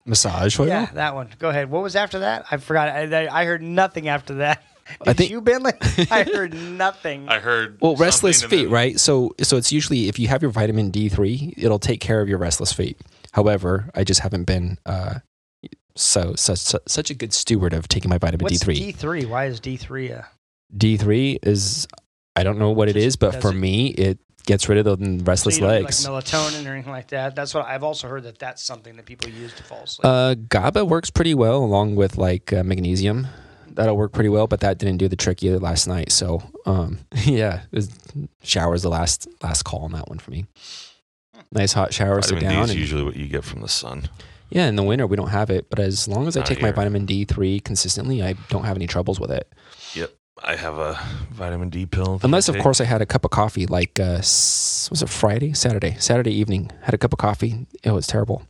E: Massage oil?
B: Yeah, that one. Go ahead. What was after that? I forgot. I, I heard nothing after that. Did
E: I think-
B: you, Bentley? I heard nothing.
A: I heard
E: Well, restless
A: something,
E: feet,
A: and then-
E: right? So, so it's usually if you have your vitamin D three, it'll take care of your restless feet. However, I just haven't been uh, so such such a good steward of taking my vitamin D
B: What's
E: three.
B: D three? Why is D three a?
E: D three is I don't know what it
B: Just
E: is, but
B: does
E: for
B: it-
E: me, it gets rid of the
B: So
E: restless
B: you don't do,
E: legs.
B: like melatonin or anything like that. That's what I've also heard that that's something that people use to fall asleep.
E: uh, GABA works pretty well along with like uh, magnesium. That'll work pretty well, but that didn't do the trick either last night. So, um, yeah, it was, shower's the last last call on that one for me. Nice hot shower, sit
A: Vitamin D
E: down.
A: is
E: and-
A: usually what you get from the sun.
E: Yeah, in the winter we don't have it, but as long as I
A: Not
E: take my
A: here.
E: vitamin D3 consistently, I don't have any troubles with it.
A: I have a vitamin D pill. that
E: Unless,
A: I
E: of
A: take.
E: course, I had a cup of coffee like, uh, s- was it Friday? Saturday. Saturday evening. Had a cup of coffee. It was terrible.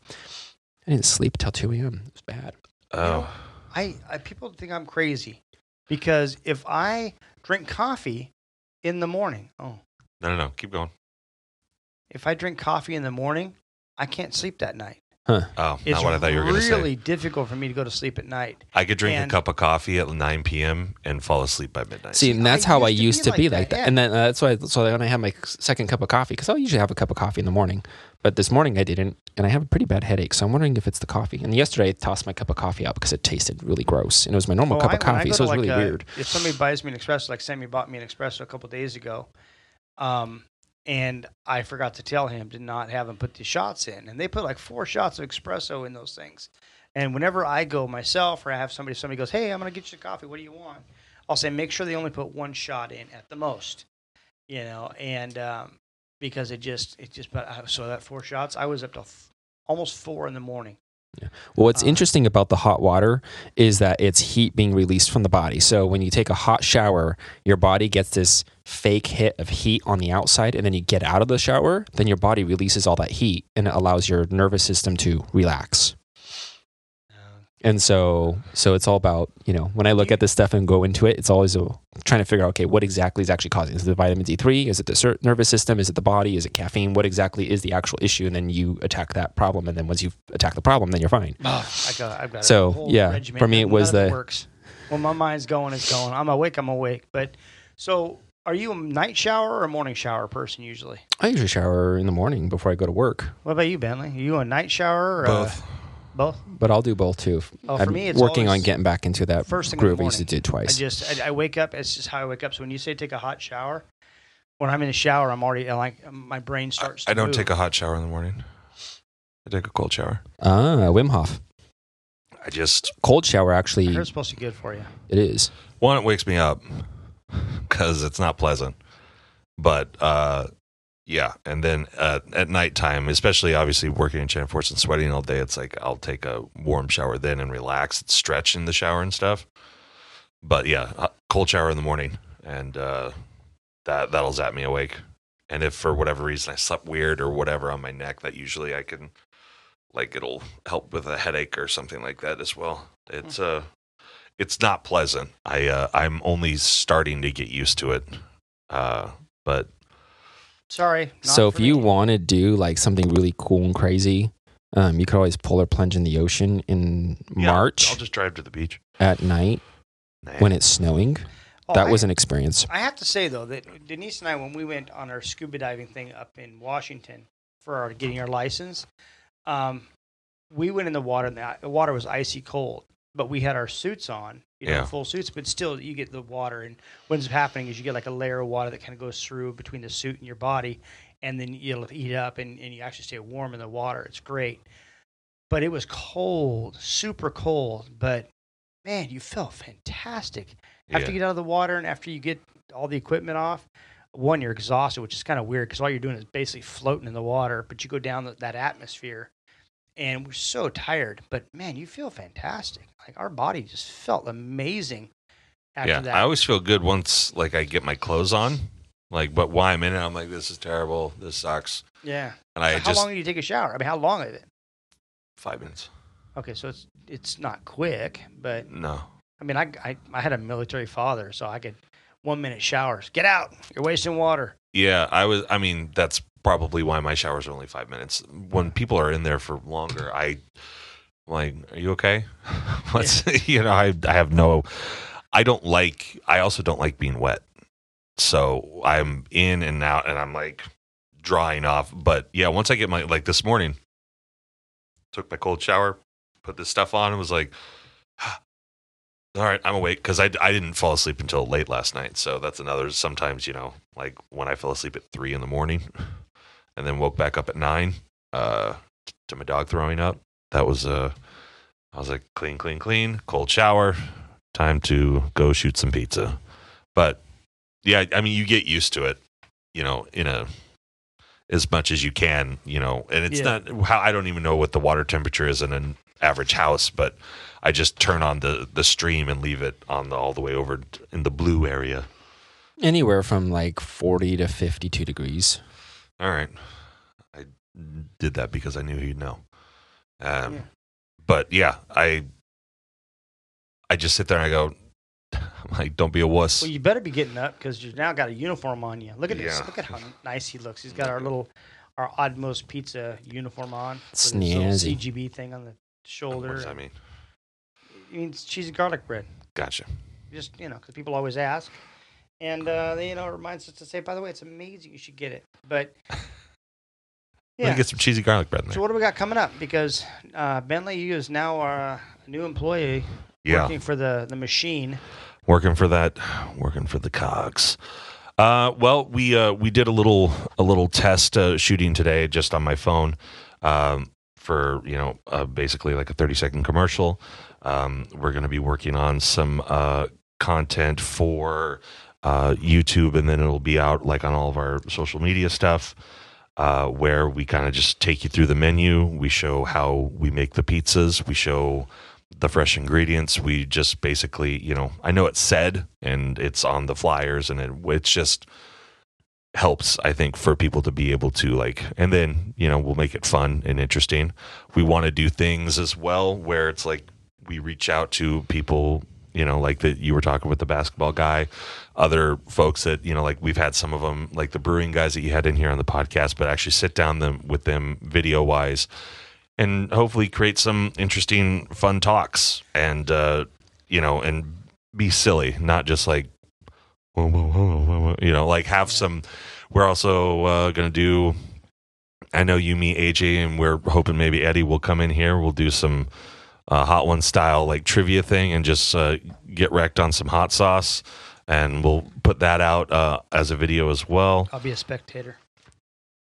E: I didn't sleep till 2 a.m. It was bad.
A: Oh,
B: I, I people think I'm crazy because if I drink coffee in the morning, oh,
A: no, no, no. Keep going.
B: if I drink coffee in the morning, I can't sleep that night.
A: Oh,
B: It's
A: not what I thought you were going to say.
B: really difficult for me to go to sleep at night.
A: I could drink
B: and-
A: a cup of coffee at 9 p.m. and fall asleep by midnight.
E: See, and that's
B: I
E: how I used to be like that.
B: yeah.
E: And then uh, that's why, so then I had my second cup of coffee because I'll usually have a cup of coffee in the morning. But this morning I didn't, and I have a pretty bad headache. So I'm wondering if it's the coffee. And yesterday I tossed my cup of coffee out because it tasted really gross. And it was my normal
B: Oh,
E: cup
B: I-
E: of
B: when I
E: coffee.
B: go
E: So it
B: to,
E: was really
B: like, uh,
E: weird.
B: If somebody buys me an espresso, like Sammy bought me an espresso a couple days ago, um, and I forgot to tell him to not have him put the shots in, and they put like four shots of espresso in those things. And whenever I go myself or I have somebody, somebody goes, "Hey, I'm gonna get you a coffee. What do you want?" I'll say, "Make sure they only put one shot in at the most," you know, and um, because it just it just but I, so that four shots, I was up to f- almost four in the morning.
E: Well, what's
B: Uh,
E: interesting about the hot water is that it's heat being released from the body. So when you take a hot shower, your body gets this fake hit of heat on the outside, and then you get out of the shower, then your body releases all that heat and it allows your nervous system to relax.
B: Uh,
E: And so, so it's all about you know when I look at this stuff and go into it, it's always a, trying to figure out okay, what exactly is actually causing? it? Is it the vitamin D three? Is it the cer- nervous system? Is it the body? Is it caffeine? What exactly is the actual issue? And then you attack that problem, and then once you attack the problem, then you're fine.
B: I got, I've got
E: So,
B: a whole
E: yeah,
B: regiment.
E: for me, it
B: None
E: was
B: of
E: the-
B: works. When my mind's going, it's going. I'm awake. I'm awake. But so, are you a night shower or a morning shower person usually?
E: I usually shower in the morning before I go to work,
B: What about you, Bentley? Are you a night shower? Or
A: both.
B: A, both.
E: but I'll do both too.
B: Oh, for
E: I'm
B: me, it's
E: working
B: always
E: on getting back into that
B: first thing in the
E: groove I used to do
B: morning. I
E: twice.
B: just I, I wake up. It's just how I wake up. So when you say take a hot shower, when I'm in the shower, I'm already like my brain
A: I,
B: starts.
A: I
B: to
A: don't
B: move.
A: take a hot shower in the morning. I take a cold shower.
E: ah, Wim Hof
A: I just
E: cold shower
B: I
E: actually
B: heard It's supposed to be good for you.
E: it is.
A: one, it wakes me up because it's not pleasant. But uh, yeah, and then uh, at nighttime, especially obviously working in Channel Force and sweating all day, it's like I'll take a warm shower then and relax, stretch in the shower and stuff. But yeah, uh, cold shower in the morning, and uh, that that'll zap me awake. And if for whatever reason I slept weird or whatever on my neck, that usually I can like it'll help with a headache or something like that as well. It's uh it's not pleasant. I uh, I'm only starting to get used to it. Uh, but
B: Sorry. not
E: so if
B: for
E: you
B: me.
E: want to do like something really cool and crazy, um, you could always polar plunge in the ocean in
A: yeah,
E: March
A: I'll just drive to the beach
E: at night
A: Nah.
E: when it's snowing.
B: Oh,
E: that
B: I-
E: was an experience.
B: I have to say though that Denise and I, when we went on our scuba diving thing up in Washington for our getting our license, um, we went in the water and the, i- the water was icy cold. but we had our suits on, you know,
A: Yeah.
B: full suits, but still you get the water. And what's happening is you get like a layer of water that kind of goes through between the suit and your body, and then you'll eat up and, and you actually stay warm in the water. It's great. But it was cold, super cold, but man, you felt fantastic. After
A: Yeah.
B: you get out of the water and after you get all the equipment off, one, you're exhausted, which is kind of weird because all you're doing is basically floating in the water, but you go down th- that atmosphere and we're so tired, but man, you feel fantastic. Like our body just felt amazing after
A: yeah,
B: that.
A: I always feel good once like I get my clothes on. Like, but why I'm in it, I'm like, this is terrible. This sucks.
B: yeah.
A: And I
B: So how
A: just
B: long do you take a shower? I mean, how long is it?
A: five minutes.
B: Okay, so it's it's not quick, but
A: No,
B: I mean, I, I I had a military father, so I could one minute showers. Get out! You're wasting water.
A: Yeah, I was. I mean, that's probably why my showers are only five minutes. When people are in there for longer, I I'm like, are you okay? What's you know? I I have no. I don't like. I also don't like being wet. So I'm in and out, and I'm like drying off. But yeah, once I get my like this morning, took my cold shower, put this stuff on, and was like. All right, I'm awake because I, I didn't fall asleep until late last night. So that's another. Sometimes you know, like when I fell asleep at three in the morning, and then woke back up at nine uh, to my dog throwing up. That was uh, I was like clean, clean, clean, cold shower, time to go shoot some pizza. But yeah, I mean, you get used to it, you know, in a as much as you can, you know, and it's
B: Yeah.
A: not how I don't even know what the water temperature is in an average house, but I just turn on the the stream and leave it on the all the way over t- in the blue area.
E: Anywhere from like 40 to 52 degrees.
A: All right, I did that because I knew he'd know. Um,
B: Yeah.
A: But yeah, I I just sit there and I go, I'm like, don't be a wuss.
B: Well, you better be getting up because you've now got a uniform on you. Look at
A: Yeah. Mm-hmm.
B: this. Look at how nice he looks. He's got our little, our Oddmost Pizza uniform on. with his little
E: Snazzy.
B: CGB thing on the shoulder.
A: what does that mean?
B: It means cheese and garlic bread.
A: Gotcha.
B: Just, you know, because people always ask. And, uh, they, you know, it reminds us to say, by the way, it's amazing. You should get it. But,
A: Yeah. Get some cheesy garlic bread in there.
B: So what do we got coming up? Because uh, Bentley, you is now our new employee
A: yeah,
B: working for the the machine.
A: working for that, working for the cogs. Uh, well, we uh, we did a little a little test uh, shooting today just on my phone um, for you know uh, basically like a thirty second commercial. Um, we're going to be working on some uh, content for uh, YouTube, and then it'll be out like on all of our social media stuff. Uh, where we kind of just take you through the menu. We show how we make the pizzas. We show the fresh ingredients. We just basically, you know, I know it's said and it's on the flyers, and it it's just helps i think for people to be able to like and then you know we'll make it fun and interesting we want to do things as well where it's like we reach out to people you know like that you were talking with the basketball guy other folks that you know like we've had some of them like the brewing guys that you had in here on the podcast but actually sit down them with them video wise and hopefully create some interesting fun talks and uh you know and be silly not just like whoa, whoa, whoa, whoa, whoa, you know, like have some. We're also uh, going to do. I know you, me, AJ, and we're hoping maybe Eddie will come in here. We'll do some uh, hot one style like trivia thing and just uh, get wrecked on some hot sauce, and we'll put that out uh, as a video as well.
B: I'll be a spectator.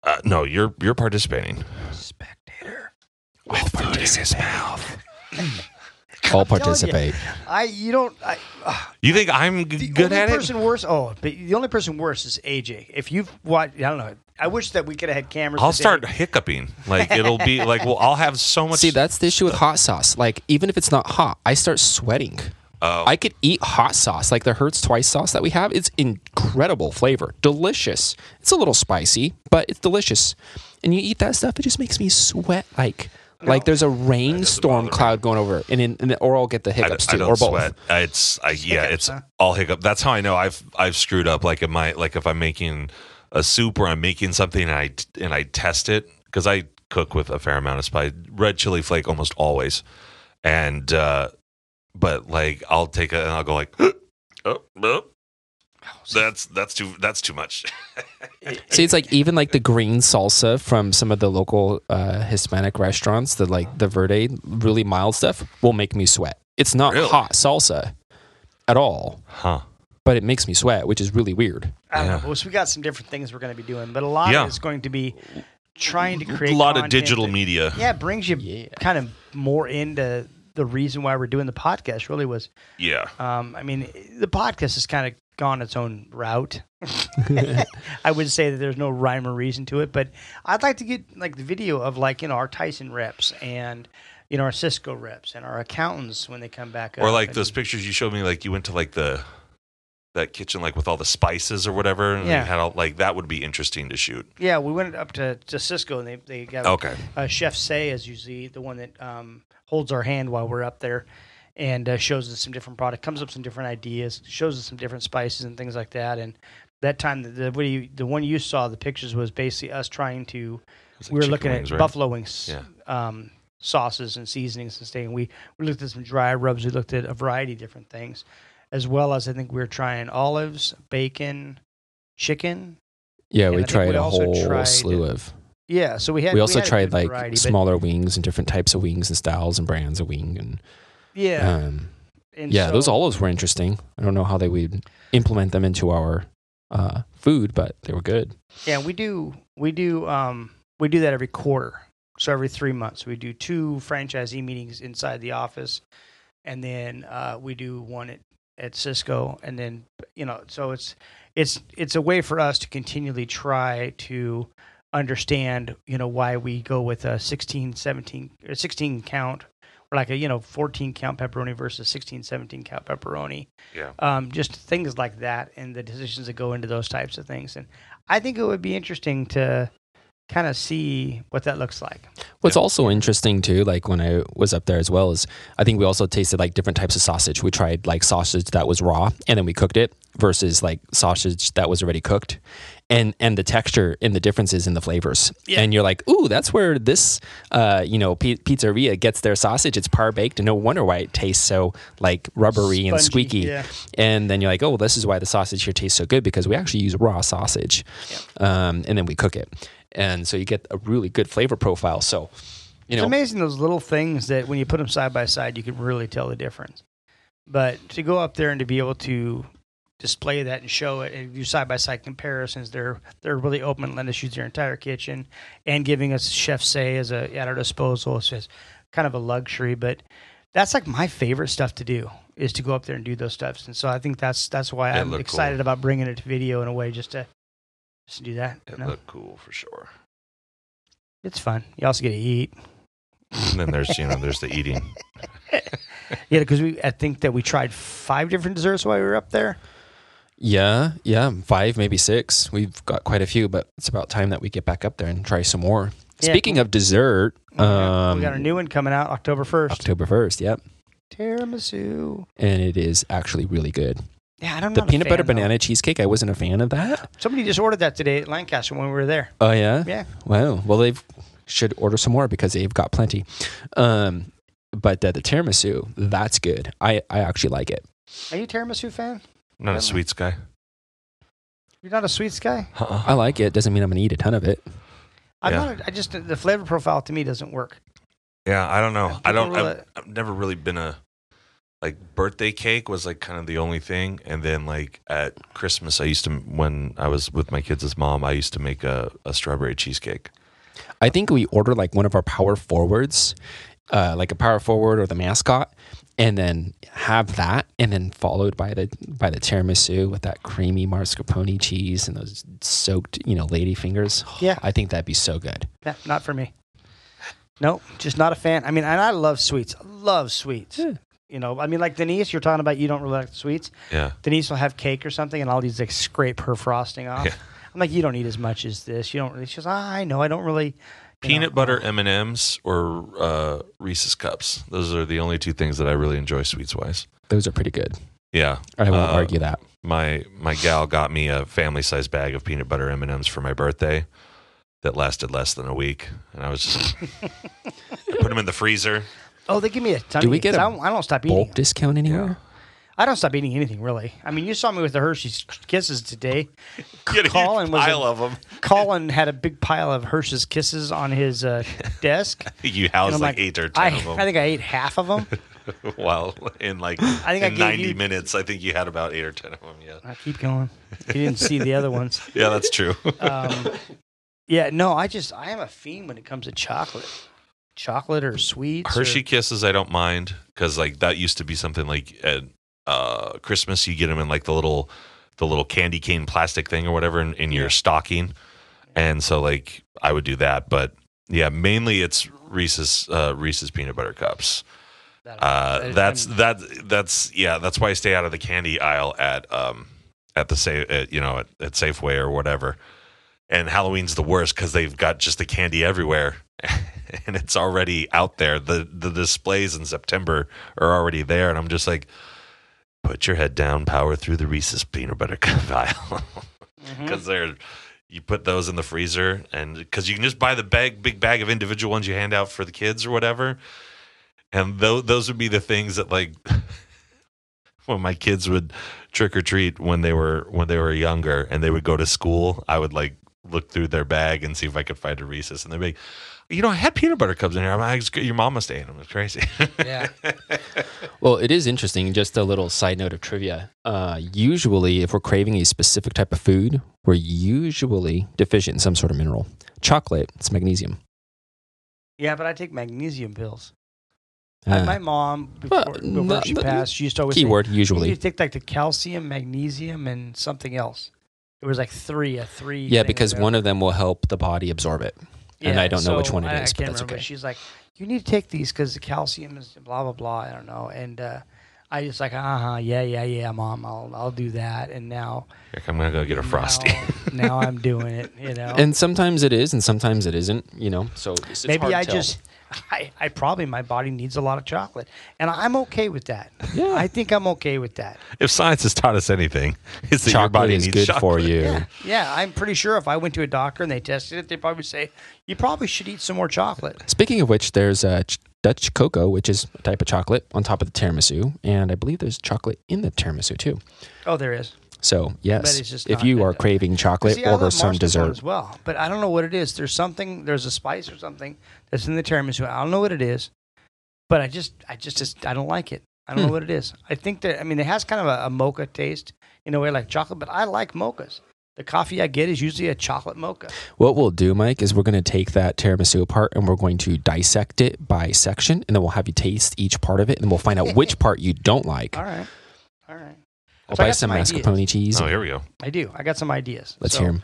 A: Uh, no, you're you're participating.
B: Spectator.
A: With food in his mouth.
E: All
B: telling you.
E: participate.
B: I you don't. I, uh,
A: You think I'm g-
B: the
A: good
B: only
A: at it?
B: person worse. Oh, but the only person worse is AJ. If you've watched, I don't know. I wish that we could have had cameras.
A: I'll
B: today.
A: start hiccuping. Like it'll be like well, I'll have so much.
E: See, that's the issue with hot sauce. Like, even if it's not hot, I start sweating.
A: Oh.
E: I could eat hot sauce, like the Hertz Twice sauce that we have. It's incredible flavor, delicious. It's a little spicy, but it's delicious. And you eat that stuff, it just makes me sweat like like there's a rainstorm cloud going over, and in, and or I'll get the hiccups
A: I,
E: too,
A: I
E: or both.
A: Sweat. I- It's I, yeah,
B: hiccups,
A: it's
B: huh?
A: all hiccup. That's how I know I've I've screwed up. Like in my like if I'm making a soup or I'm making something and I and I test it because I cook with a fair amount of spice, red chili flake almost always, and uh but like I'll take a and I'll go like. Oh, no, that's that's too that's too much.
E: See, it's like even like the green salsa from some of the local uh, Hispanic restaurants, the like the verde, really mild stuff, will make me sweat. It's not
A: Really?
E: hot salsa at all,
A: Huh.
E: but it makes me sweat, which is really weird.
B: I don't
A: Yeah.
B: know. So we got some different things we're going to be doing, but a lot
A: Yeah.
B: of it's going to be trying to
A: A
B: create
A: lot of
B: content
A: digital
B: that-
A: media.
B: Yeah, it brings you
E: Yeah.
B: kind of more into the reason why we're doing the podcast. Really was,
A: Yeah.
B: um, I mean, the podcast has kind of gone its own route. I would say that there's no rhyme or reason to it, but I'd like to get like the video of like you know our Tyson reps and you know our Cisco reps and our accountants when they come back.
A: Or
B: up
A: like
B: and-
A: those pictures you showed me, like you went to like the that kitchen like with all the spices or whatever, and
B: Yeah.
A: you had all like that would be interesting to shoot.
B: Yeah, we went up to, to Cisco and they they got
A: Okay.
B: uh, Chef Say is usually the one that um, holds our hand while we're up there and uh, shows us some different product, comes up with some different ideas, shows us some different spices and things like that. And that time, the, the, what you, the one you saw, the pictures was basically us trying to,
A: It's like
B: we were
A: chicken
B: looking
A: wings,
B: at
A: right?
B: buffalo wings.
A: Yeah.
B: Um, sauces and seasonings and stuff. And we, we looked at some dry rubs. We looked at a variety of different things, as well as I think we were trying olives, bacon, chicken.
E: Yeah,
B: And I
E: we
B: think
E: tried
B: we
E: a
B: also
E: whole
B: tried-
E: slew of.
B: Yeah, so we had.
E: we also
B: had a
E: tried
B: good
E: like
B: variety, but-
E: smaller wings and different types of wings and styles and brands of wing and
B: Yeah,
E: um,
B: and
E: yeah, those
B: so-
E: olives were interesting. I don't know how they would implement them into our uh, food, but they were good.
B: Yeah, we do. We do. Um, we do that every quarter. So every three months, we do two franchisee meetings inside the office, and then uh, we do one at, at Cisco, and then you know, so it's it's it's a way for us to continually try to understand, you know, why we go with a 16, 17, or 16 count, or like a you know 14 count pepperoni versus 16, 17 count pepperoni
A: Yeah.
B: um, just things like that and the decisions that go into those types of things. And I think it would be interesting to kind of see what that looks like.
E: What's also interesting too, like when I was up there as well, is I think we also tasted like different types of sausage. We tried like sausage that was raw and then we cooked it versus like sausage that was already cooked. And and the texture and the differences in the flavors. And you're like, ooh, that's where this uh, you know, pi- pizzeria gets their sausage. It's par baked and no wonder why it tastes so like rubbery and
B: Spongy,
E: squeaky.
B: yeah.
E: And then you're like, oh, this is why the sausage here tastes so good because we actually use raw sausage. Um, and then we cook it. And so you get a really good flavor profile. So, you
B: It's
E: know,
B: amazing those little things that when you put them side by side, you can really tell the difference. But to go up there and to be able to display that and show it and do side by side comparisons, they're they're really open and letting us use their entire kitchen and giving us chef say as a at our disposal. It's just kind of a luxury, but that's like my favorite stuff to do is to go up there and do those stuffs. And so I think that's that's why
A: It
B: I'm
A: looked
B: excited
A: cool.
B: about bringing it to video in a way just to just to do that.
A: It
B: you know?
A: looked cool for sure.
B: it's fun. You also get to eat.
A: And then there's you know there's the eating.
B: Yeah, because we I think that we tried five different desserts while we were up there.
E: yeah, yeah, five, maybe six. We've got quite a few, but it's about time that we get back up there and try some more.
B: Yeah.
E: Speaking of dessert,
B: We got-
E: um,
B: we got a new one coming out October first.
E: October 1st, yep.
B: Tiramisu.
E: And it is actually really good.
B: Yeah, I don't know.
E: the peanut butter banana cheesecake, I wasn't a fan of that.
B: Somebody just ordered that today at Lancaster when we were there.
E: Oh, yeah?
B: Yeah.
E: Wow. Well, they should order some more because they've got plenty. Um, but uh, the tiramisu, that's good. I, I actually like it.
B: Are you a tiramisu fan?
A: Not a sweets guy.
B: You're not a sweets guy.
A: Uh-uh.
E: I like it. Doesn't mean I'm going to eat a ton of it.
B: I'm
A: Yeah.
B: not. A, I just the flavor profile to me doesn't work.
A: Yeah, I don't know.
B: Yeah,
A: I don't.
B: people
A: I've, I've never really been a like birthday cake was like kind of the only thing, and then like at Christmas, I used to when I was with my kids' mom, I used to make a, a strawberry cheesecake.
E: I think we order like one of our power forwards, uh, like a power forward or the mascot, and then have that, and then followed by the by the tiramisu with that creamy mascarpone cheese and those soaked, you know, lady fingers.
B: Yeah.
E: I think that'd be so good.
B: Yeah, not for me. Nope, just not a fan. I mean, and I love sweets. I Love sweets.
E: Yeah.
B: You know, I mean, like Denise, you're talking about you don't really like sweets.
A: Yeah,
B: Denise will have cake or something, and I'll just like scrape her frosting off.
A: Yeah.
B: I'm like, you don't eat as much as this. You don't really. She goes, ah, I know, I don't really. you know."
A: peanut butter M and M's or uh, Reese's cups. Those are the only two things that I really enjoy sweets wise.
E: Those are pretty good.
A: Yeah,
E: I won't
A: Uh,
E: argue that.
A: my my gal got me a family size bag of peanut butter M and M's for my birthday. That lasted less than a week, and I was just I put them in the freezer.
B: Oh, they give me a ton.
E: Do
B: of
E: we
B: these.
E: get a
B: I don't, I don't stop eating.
E: Bulk discount anywhere?
B: I don't stop eating anything really. I mean, you saw me with the Hershey's Kisses today.
A: Get a
B: Colin
A: huge
B: was a-
A: pile of them.
B: Colin had a big pile of Hershey's Kisses on his uh, desk.
A: You
B: And
A: housed
B: I'm
A: like, eight or ten
B: I,
A: of them.
B: I think I ate half of them.
A: while in like
B: I think I
A: in
B: gave
A: 90
B: you-
A: minutes. I think you had about eight or 10 of them. Yeah.
B: I keep going. You didn't see the other ones.
A: Yeah, that's true.
B: Um, yeah, no, I just I am a fiend when it comes to chocolate, chocolate or sweets. or-
A: Hershey Kisses, I don't mind because like that used to be something like at uh, Christmas you get them in like the little the little candy cane plastic thing or whatever in, in your stocking, and so like I would do that, but yeah, mainly it's Reese's uh, Reese's peanut butter cups.
B: that-
A: Uh,
B: I-
A: that's
B: I'm-
A: that that's yeah that's why I stay out of the candy aisle at um at the say at, you know at, at Safeway or whatever. And Halloween's the worst because they've got just the candy everywhere, and it's already out there. the The displays in September are already there, and I'm just like, put your head down, power through the Reese's peanut butter cup aisle
B: Mhm.
A: because they're you put those in the freezer and because you can just buy the bag big bag of individual ones you hand out for the kids or whatever and those those would be the things that like when my kids would trick or treat when they were when they were younger and they would go to school i would like look through their bag and see if i could find a recess and they'd be like, you know i had peanut butter cups in here i'm like "It's good. your mama staying them it's crazy
B: yeah.
E: Well, it is interesting. Just a little side note of trivia. Uh, usually, if we're craving a specific type of food, we're usually deficient in some sort of mineral. Chocolate, it's magnesium.
B: Yeah, but I take magnesium pills.
E: Uh,
B: And my mom, before,
E: Well,
B: before
E: not-
B: she
E: but-
B: passed, she used to always say,
E: keyword
B: You
E: usually.
B: need to take like the calcium, magnesium, and something else. It was like three, a three.
E: Yeah,
B: thing
E: because
B: there.
E: one of them will help the body absorb it. and I don't know which one it
B: I- I
E: is, but
B: can't
E: that's
B: remember.
E: okay.
B: She's like, you need to take these because the calcium is blah blah blah. I don't know. And uh, I just like, uh huh, yeah, yeah, yeah, mom, I'll I'll do that. And now,
A: Like, i'm gonna go get a frosty
B: Now, now I'm doing it. You know.
E: And sometimes it is, and sometimes it isn't. You know, so it's, it's hard
B: Maybe
E: to
B: I
E: tell.
B: just, I, I probably my body needs a lot of chocolate, and I'm okay with that.
E: Yeah.
B: I think I'm okay with that.
A: if science has taught us anything it's that your
E: chocolate
A: body
E: is
A: needs
E: good for
A: chocolate.
E: you.
B: Yeah, yeah. I'm pretty sure if I went to a doctor and they tested it, they would probably say you probably should eat some more chocolate.
E: Speaking of which, there's uh, ch- Dutch cocoa, which is a type of chocolate on top of the tiramisu, and I believe there's chocolate in the tiramisu too.
B: Oh, there is.
E: So yes,
B: it's just
E: if
B: not
E: you
B: good
E: are
B: though.
E: craving chocolate,
B: See, I
E: order
B: love
E: some
B: marshmallow
E: dessert.
B: as well. But I don't know what it is. There's something. There's a spice or something that's in the tiramisu. I don't know what it is, but I just, I just, just I don't like it. I don't know
E: Hmm.
B: what it is. I think that I mean it has kind of a, a mocha taste in a way like chocolate, but I like mochas. The coffee I get is usually a chocolate mocha.
E: What we'll do, Mike, is we're going to take that tiramisu apart and we're going to dissect it by section, and then we'll have you taste each part of it, and we'll find out which part you don't like.
B: All right, all right.
E: I'll
B: So I
E: buy
B: got
E: some
B: some ideas.
E: mascarpone cheese.
A: oh here we go
B: I do. I got some ideas.
E: Let's
B: So,
E: hear 'em. hear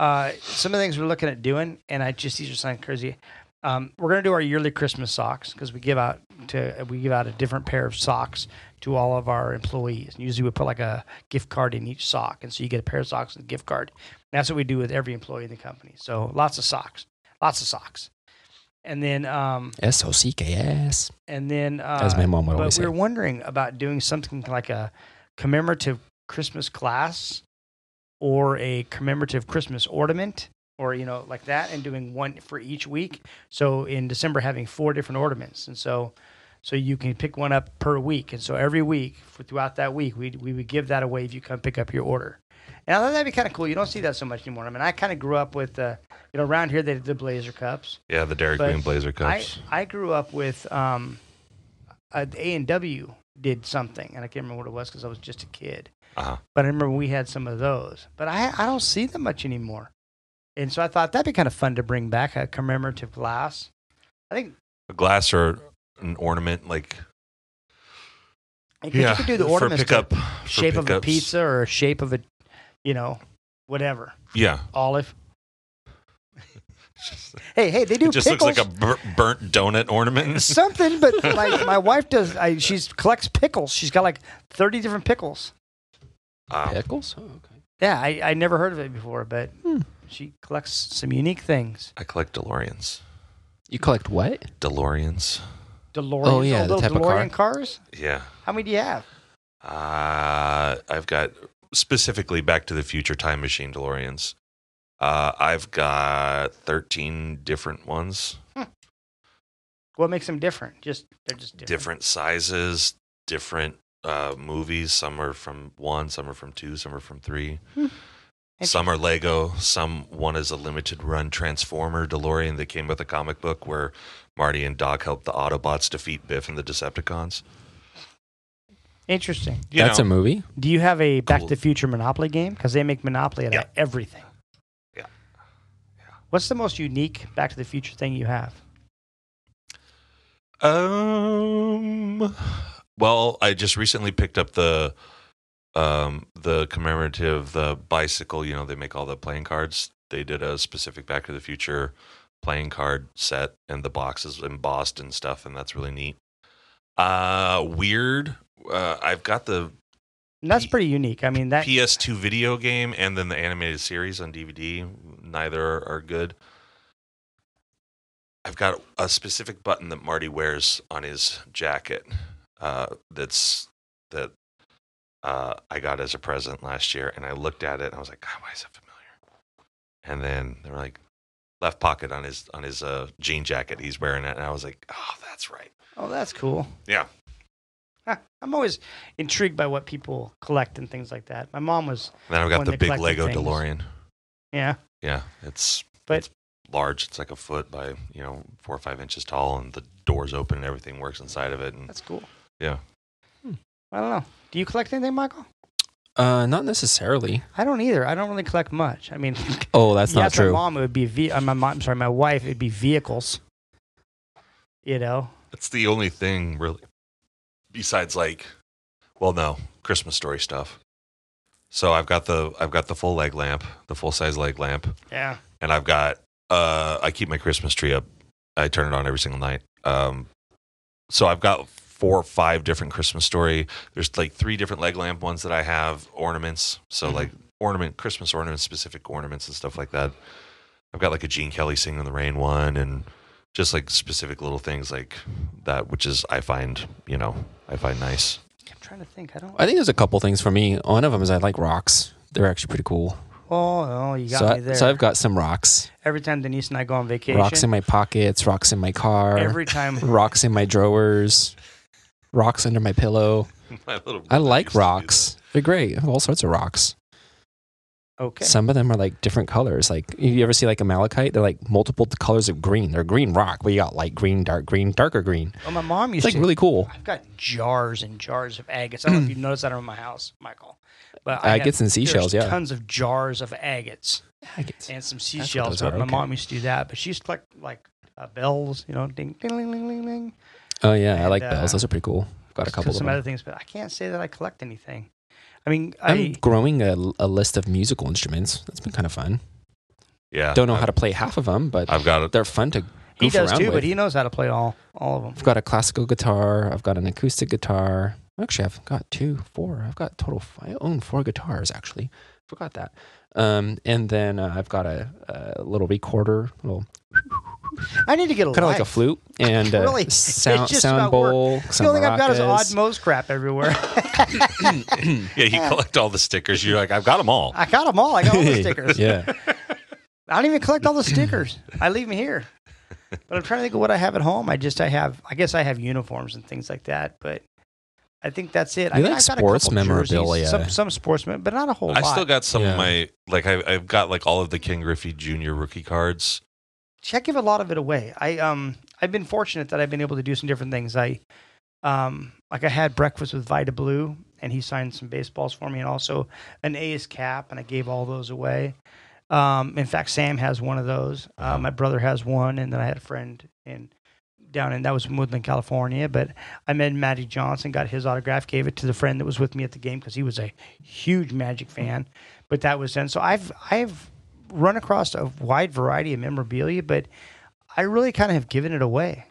B: Uh, some of the things we're looking at doing, and I just these are something crazy. Um, we're gonna do our yearly Christmas socks because we give out to we give out a different pair of socks to all of our employees. And usually we put like a gift card in each sock, and so you get a pair of socks and a gift card. And that's what we do with every employee in the company. So lots of socks, lots of socks, and then um,
E: S O C K S.
B: and then uh,
E: As my mom would always
B: but we
E: say.
B: were wondering about doing something like a commemorative Christmas class or a commemorative Christmas ornament or you know like that and doing one for each week so in December having four different ornaments and so so you can pick one up per week and so every week for throughout that week we we would give that away if you come pick up your order and I thought that'd be kind of cool you don't see that so much anymore I mean I kind of grew up with uh, you know around here they did the blazer cups
A: yeah the dairy
B: But
A: queen blazer
B: I,
A: cups
B: I grew up with um, A and W did something, and I can't remember what it was because I was just a kid.
A: Uh-huh.
B: But I remember we had some of those. But I I don't see them much anymore, and so I thought that'd be kind of fun to bring back a commemorative glass. I think
A: a glass or an ornament like
B: I think you could do the ornaments,
A: for pickup
B: to
A: for
B: shape of a
A: pickups.
B: pizza or a shape of a, you know, whatever
A: Yeah,
B: olive. hey, hey, they do
A: it just
B: pickles.
A: looks like a bur- burnt donut ornament.
B: something, but like my wife does. I, she's collects pickles. She's got like thirty different pickles.
A: Wow.
E: Pickles? Oh, okay.
B: Yeah, I, I never heard of it before, but
E: Hmm.
B: she collects some unique things.
A: I collect DeLoreans.
E: You collect what?
A: DeLoreans.
B: DeLorean,
E: Oh, yeah, the
B: little
E: type of car.
B: DeLorean cars.
A: Yeah.
B: How many do you have?
A: Uh, I've got specifically Back to the Future Time Machine DeLoreans. Uh, I've got 13 different ones,
B: What makes them different? Just they're just different.
A: different sizes, different uh, movies. Some are from one, some are from two, some are from three. Some are Lego. Some one is a limited run Transformer DeLorean that came with a comic book where Marty and Doc helped the Autobots defeat Biff and the Decepticons.
B: Interesting.
A: You
E: That's
A: know,
E: a movie.
B: Do you have a Back
A: Cool.
B: to the Future Monopoly game? Because they make Monopoly out
A: Yeah.
B: of everything.
A: Yeah.
B: What's the most unique Back to the Future thing you have?
A: Um. Well, I just recently picked up the um the commemorative the bicycle. You know, they make all the playing cards. They did a specific Back to the Future playing card set, and the box is embossed and stuff, and that's really neat. Uh, weird. Uh, I've got the
B: And that's
A: P-
B: pretty unique. I mean, that
A: PS2 video game and then the animated series on DVD. Neither are, are good. I've got a specific button that Marty wears on his jacket. Uh, that's that uh, I got as a present last year, and I looked at it and I was like, God, why is that familiar? And then they were like, left pocket on his on his uh, jean jacket, he's wearing it, and I was like, Oh, that's right.
B: Oh, that's cool.
A: Yeah.
B: Huh. I'm always intrigued by what people collect and things like that. My mom was,
A: And then I've got
B: When
A: the
B: they
A: big
B: collected
A: Lego
B: things.
A: DeLorean.
B: yeah.
A: Yeah, it's
B: But-
A: it's large. It's like a foot by you know four or five inches tall, and the doors open and everything works inside of it. And
B: That's cool.
A: Yeah.
E: Hmm.
B: I don't know. Do you collect anything, Michael?
E: Uh, not necessarily.
B: I don't either. I don't really collect much. I mean,
E: Oh, that's
B: you
E: not
B: ask
E: true.
B: My mom it would be ve- uh, my mom. I'm sorry, my wife it would be vehicles. You know,
A: that's the only thing really, besides like, well, no Christmas story stuff. So I've got the I've got the full leg lamp, the full size leg lamp,
B: yeah.
A: and I've got uh I keep my Christmas tree up. I turn it on every single night. Um, so I've got four or five different Christmas story. There's like three different leg lamp ones that I have ornaments. So
E: Mm-hmm.
B: Mhm.
A: like ornament Christmas ornaments, specific ornaments and stuff like that. I've got like a Gene Kelly singing in the rain one and just like specific little things like that, which is I find, you know, I find nice.
B: I'm trying to think. I don't.
E: I think there's a couple things for me. One of them is I like rocks. They're actually pretty cool.
B: oh, oh, you got
E: so,
B: me there.
E: I, so I've got some rocks.
B: every time Denise and I go on vacation,
E: Rocks in my pockets. Rocks in my car.
B: every time
E: rocks in my drawers. Rocks under my pillow.
A: My little brother
E: I
A: used
E: like
A: to do
E: rocks. They're great. I have all sorts of rocks.
B: okay,
E: Some of them are like different colors. Like if you ever see like a malachite, they're like multiple colors of green. They're green rock, but you got light green, dark green, darker green.
B: well, Oh, my mom
E: It's
B: used
E: like
B: to.
E: really cool.
B: I've got jars and jars of agates. I don't know if you noticed that around my house, Michael. But I have-
E: Agates and
B: there's
E: seashells, yeah.
B: Tons of jars of agates
E: Agates.
B: and some seashells.
E: those
B: But
E: are,
B: my
E: okay.
B: mom used to do that, but she used to collect like uh, bells, you know, ding, ding, ding, ding, ding, ding.
E: Oh yeah, I
B: And,
E: like
B: uh,
E: bells. Those are pretty cool. I've got a couple of
B: some
E: them.
B: other things, but I can't say that I collect anything. I mean,
E: I'm
B: I
E: growing a, a list of musical instruments. That's been kind of fun.
A: Yeah.
E: Don't know
A: I've-
E: how to play half of them, but
A: I've got it.
E: they're fun to.
B: he
E: goof
B: does
E: around
B: too,
E: with.
B: but he knows how to play all all of them.
E: I've got a classical guitar. I've got an acoustic guitar. Actually, I've got two, four. I've got total. f- I own four guitars. Actually, forgot that. Um, and then uh, I've got a, a little recorder, little
B: I need to get a
E: kind of like a
B: life.
E: flute and a
B: Oh, Really? It
E: sound
B: just
E: sound
B: about worked.
E: bowl.
B: The
E: Some
B: only thing I've got is odd
E: maracas.
B: Mo's crap everywhere.
A: Yeah, you collect all the stickers. You're like, I've got them all.
B: I got them all. I got all the stickers.
E: yeah,
B: I don't even collect all the stickers. I leave them here. But I'm trying to think of what I have at home. I just I have I guess I have uniforms and things like that. But I think that's it. I
E: You
B: mean,
E: like
B: I've got a
E: sports
B: couple jerseys,
E: memorabilia.
B: some some sportsmen, but not a whole
A: I
B: lot.
A: still got some
E: Yeah.
A: of my like I, I've got like all of the Ken Griffey Jr. rookie cards.
B: See, I give a lot of it away. I um I've been fortunate that I've been able to do some different things. I um like I had breakfast with Vita Blue and he signed some baseballs for me and also an A's cap and I gave all those away. Um, in fact, Sam has one of those. Uh, my brother has one, and then I had a friend in down in that was in Woodland, California. But I met Magic Johnson, got his autograph, gave it to the friend that was with me at the game because he was a huge Magic fan. But that was then. So I've I've run across a wide variety of memorabilia, but I really kind of have given it away.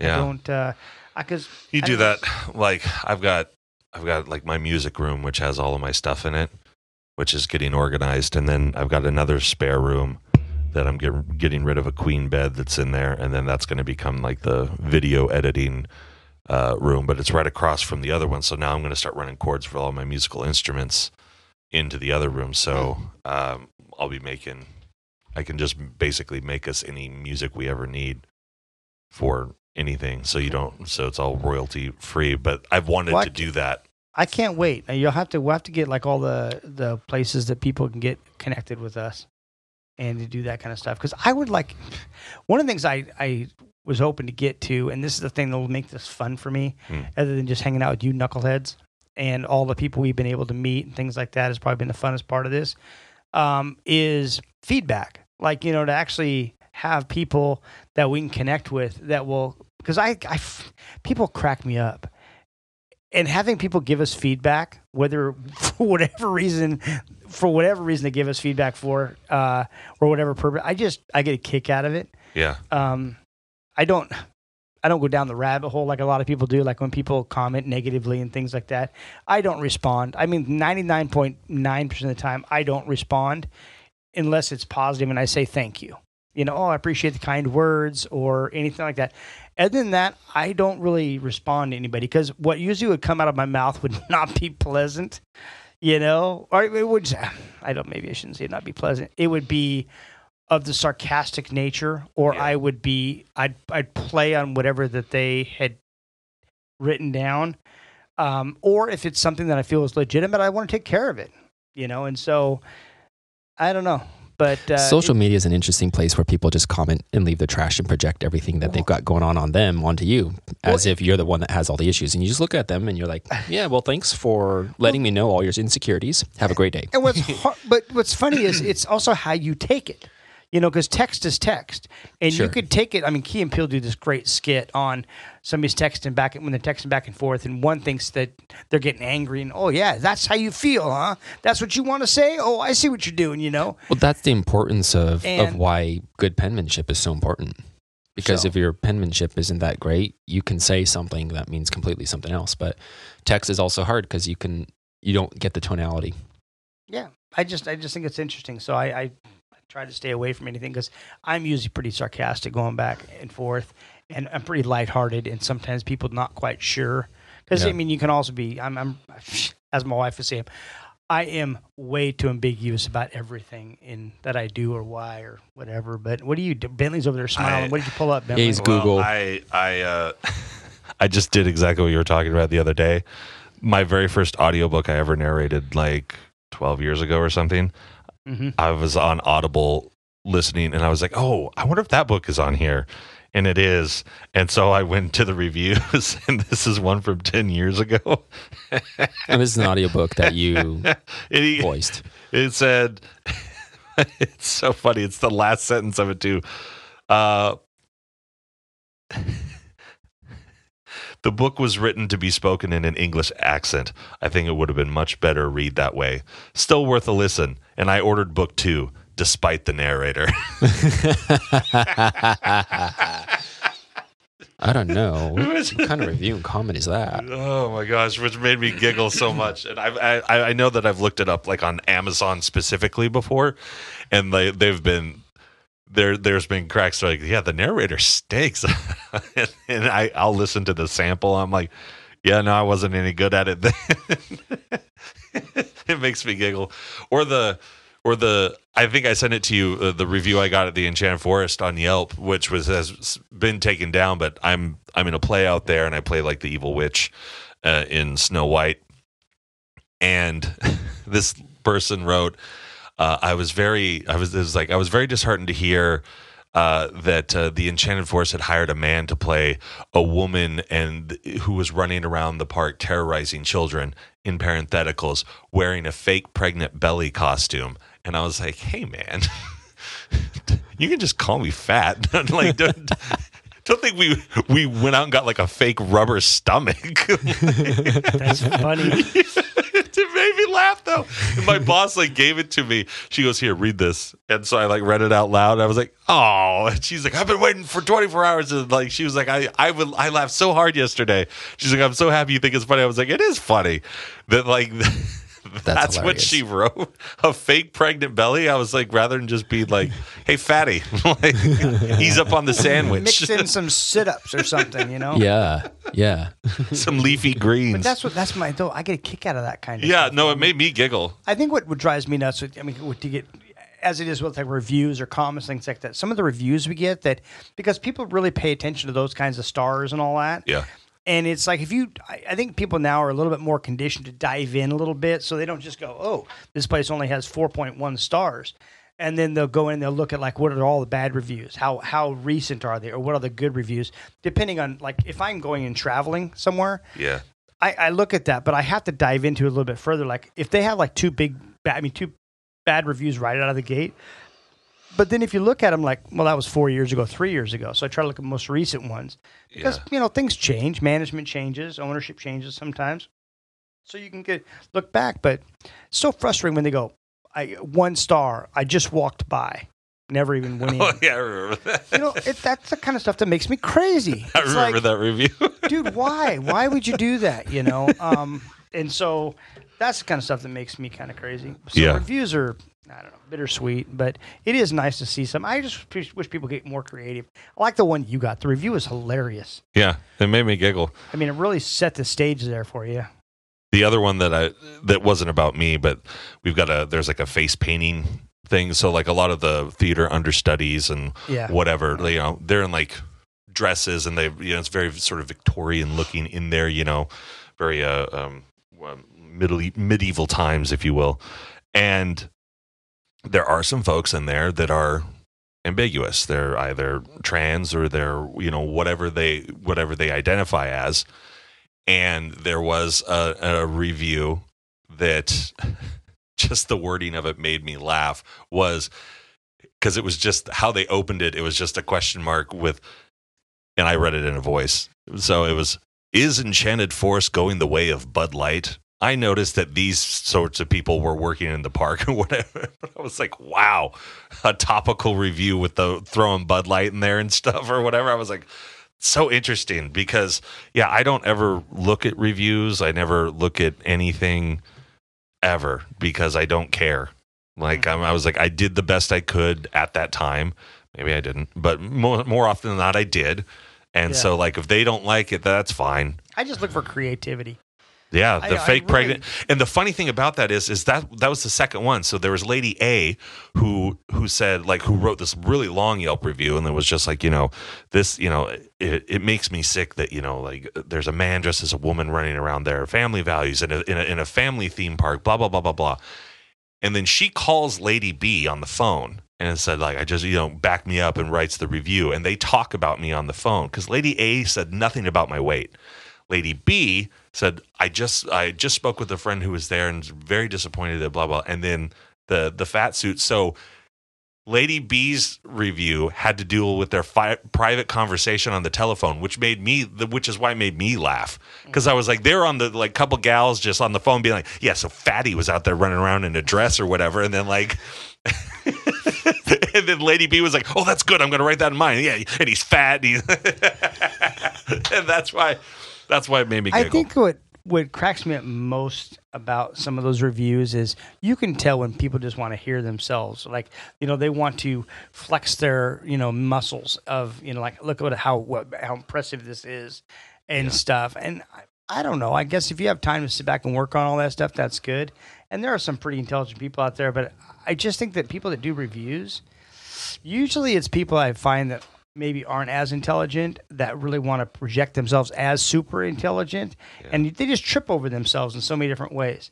B: I
A: Yeah,
B: don't uh, I because
A: you
B: I
A: do
B: don't-
A: that. Like I've got I've got like my music room, which has all of my stuff in it, which is getting organized, and then I've got another spare room that I'm getting getting rid of a queen bed that's in there, and then that's going to become like the video editing uh, room, but it's right across from the other one. So now I'm going to start running chords for all my musical instruments into the other room. So um, I'll be making. I can just basically make us any music we ever need for anything. So you don't. So it's all royalty free. But I've wanted
B: Well, I
A: to do that.
B: I can't wait. Now, You'll have to we'll have to get like all the the places that people can get connected with us and to do that kind of stuff. Because I would like one of the things I I was hoping to get to, and this is the thing that will make this fun for me,
A: Hmm.
B: other than just hanging out with you knuckleheads. and all the people we've been able to meet and things like that has probably been the funnest part of this um, is feedback. Like, you know, to actually have people that we can connect with that will, because I, I f- people crack me up. And having people give us feedback, whether for whatever reason, for whatever reason they give us feedback for, uh, or whatever purpose, I just, I get a kick out of it
A: Yeah.
B: um, I don't I don't go down the rabbit hole like a lot of people do. Like when people comment negatively and things like that, I don't respond. I mean, ninety nine point nine percent of the time, I don't respond unless it's positive and I say thank you. You know, oh, I appreciate the kind words or anything like that. Other than that, I don't really respond to anybody because what usually would come out of my mouth would not be pleasant. You know, or it would. I don't. Maybe I shouldn't say it not be pleasant. It would be of the sarcastic nature, or
A: Yeah.
B: I would be I'd I'd play on whatever that they had written down, um, or if it's something that I feel is legitimate, I want to take care of it, you know. And so I don't know, but uh,
E: Social
B: it-
E: media is an interesting place where people just comment and leave the trash and project everything that they've got going on on them onto you, as if you're the one that has all the issues. And you just look at them and you're like, "Yeah, well, thanks for letting me know all your insecurities. Have a great day."
B: and what's har but what's funny is it's also how you take it. You know, because text is text, and
E: Sure.
B: you could take it. I mean, Key and Peele do this great skit on somebody's texting back when they're texting back and forth, and one thinks that they're getting angry, and oh yeah, that's how you feel, huh? That's what you want to say. Oh, I see what you're doing. You know,
E: Well, that's the importance of, of
B: And-
E: why good penmanship is so important. Because
B: So-
E: if your penmanship isn't that great, you can say something that means completely something else. But text is also hard because you can you don't get the tonality.
B: yeah. I just I just think it's interesting. So I I, I try to stay away from anything because I'm usually pretty sarcastic going back and forth, and I'm pretty lighthearted, and sometimes people not quite sure. Because
E: Yeah.
B: I mean, you can also be. I'm, I'm as my wife would say, I am way too ambiguous about everything in that I do or why or whatever. But what do you do? Bentley's over there smiling.
A: I-
B: what did you pull up,
E: Yeah,
B: Bentley?
E: he's Google.
A: Well, I I uh, I just did exactly what you were talking about the other day. My very first audiobook I ever narrated, like twelve years ago or something.
B: Mhm.
A: I was on Audible listening, and I was like, "Oh, I wonder if that book is on here." And it is. And so I went to the reviews, and this is one from 10 years ago.
E: And this is an audiobook that you
A: and he,
E: voiced.
A: it said it's so funny it's the last sentence of it too uh the book was written to be spoken in an english accent i think it would have been much better read that way still worth a listen and i ordered book two despite the narrator
E: I don't know. What, what kind of review and comment is that?
A: oh my gosh which made me giggle so much and I've, i i know that i've looked it up like on amazon specifically before and they they've been there there's been cracks like yeah the narrator stinks and, and i i'll listen to the sample i'm like yeah no i wasn't any good at it then it makes me giggle or the or the i think i sent it to you uh, the review i got at the enchanted forest on yelp which was has been taken down but i'm i'm in a play out there and i play like the evil witch uh, in snow white and this person wrote uh, i was very i was, it was like i was very disheartened to hear uh, that uh, the Enchanted Forest had hired a man to play a woman and who was running around the park terrorizing children in parentheticals wearing a fake pregnant belly costume and i was like hey man you can just call me fat like don't, don't think we we went out and got like a fake rubber stomach
B: That's funny.
A: it made me laugh though. And my boss like gave it to me. She goes, "Here, read this." And so I like read it out loud. I was like, "Oh!" And she's like, "I've been waiting for 24 hours." And like she was like, "I I would I laughed so hard yesterday." She's like, "I'm so happy you think it's funny." I was like, "It is funny." That like. That's, what
E: hilarious.
A: she wrote. A fake pregnant belly. I was like, rather than just be like, "Hey, fatty," like, he's up on the sandwich,
B: Mix in some sit ups or something, you know.
E: Yeah, yeah.
A: some leafy greens.
B: But that's what that's my though. I get a kick out of that kind of.
A: yeah,
B: stuff.
A: no, it made me giggle.
B: I think what, what drives me nuts, with, I mean, what to get as it is with like reviews or comments, things like that. Some of the reviews we get that because people really pay attention to those kinds of stars and all that.
A: Yeah,
B: And it's like if you, I, I think people now are a little bit more conditioned to dive in a little bit, so they don't just go, "Oh, this place only has 4.1 stars," and then they'll go in, they'll look at like what are all the bad reviews, how how recent are they, or what are the good reviews, depending on like if I'm going and traveling somewhere.
A: yeah.
B: I, I look at that, but I have to dive into it a little bit further. Like if they have like two big, bad, I mean, two bad reviews right out of the gate. But then if you look at them, like, well, that was four years ago, three years ago. So I try to look at most recent ones because
A: Yeah.
B: you know things change, management changes, ownership changes sometimes. So you can get look back, but it's so frustrating when they go, I one star. I just walked by, never even went in.
A: Oh yeah, I remember that.
B: You know, it, that's the kind of stuff that makes me crazy.
A: I
B: It's
A: remember
B: like,
A: that review.
B: dude why why would you do that you know um and so that's the kind of stuff that makes me kind of crazy so
A: Yeah.
B: reviews are i don't know bittersweet but it is nice to see some i just p- wish people get more creative i like the one you got the review was hilarious
A: yeah, it made me giggle.
B: i mean it really set the stage there for you
A: the other one that I that wasn't about me, but we've got a there's like a face painting thing. So like a lot of the theater understudies and
B: Yeah.
A: whatever, you know, they're in like dresses and they you know it's very sort of Victorian looking in there, you know, very uh um well, middle medieval times, if you will, and there are some folks in there that are ambiguous they're either trans or they're you know whatever they whatever they identify as and there was a, a review that just the wording of it made me laugh was because it was just how they opened it it was just a question mark with and i read it in a voice so it was is enchanted forest going the way of bud light i noticed that these sorts of people were working in the park or whatever i was like wow a topical review with the throwing bud light in there and stuff or whatever i was like so interesting because yeah i don't ever look at reviews i never look at anything ever because i don't care like I'm, i was like i did the best i could at that time maybe i didn't but more, more often than not i did and
B: Yeah.
A: so like if they don't like it that's fine
B: i just look for creativity
A: yeah,
B: I-
A: the
B: I
A: fake
B: really-
A: pregnant. And the funny thing about that is, is that that was the second one. So there was Lady A, who who said like who wrote this really long Yelp review, and it was just like you know this you know it, it makes me sick that you know like there's a man dressed as a woman running around there, family values in a in a, in a family theme park, blah blah blah blah blah. And then she calls Lady B on the phone and said, like, I just, you know, back me up and writes the review. And they talk about me on the phone because Lady A said nothing about my weight. Lady B said, I just, I just spoke with a friend who was there and was very disappointed that blah, blah. And then the, the fat suit. So Lady B's review had to deal with their fi- private conversation on the telephone, which made me, the, which is why it made me laugh because I was like, they were on the like couple gals just on the phone being like, yeah, so Fatty was out there running around in a dress or whatever, and then like. and then Lady B was like, "Oh, that's good. I'm going to write that in mine." Yeah, and he's fat. And, he's and that's why, that's why it made me giggle.
B: I think what what cracks me up most about some of those reviews is you can tell when people just want to hear themselves. Like you know, they want to flex their you know muscles of you know like look at how what, how impressive this is and stuff. And I, I don't know. I guess if you have time to sit back and work on all that stuff, that's good. And there are some pretty intelligent people out there, but I just think that people that do reviews, usually it's people I find that maybe aren't as intelligent that really want to project themselves as super intelligent and they just trip over themselves in so many different ways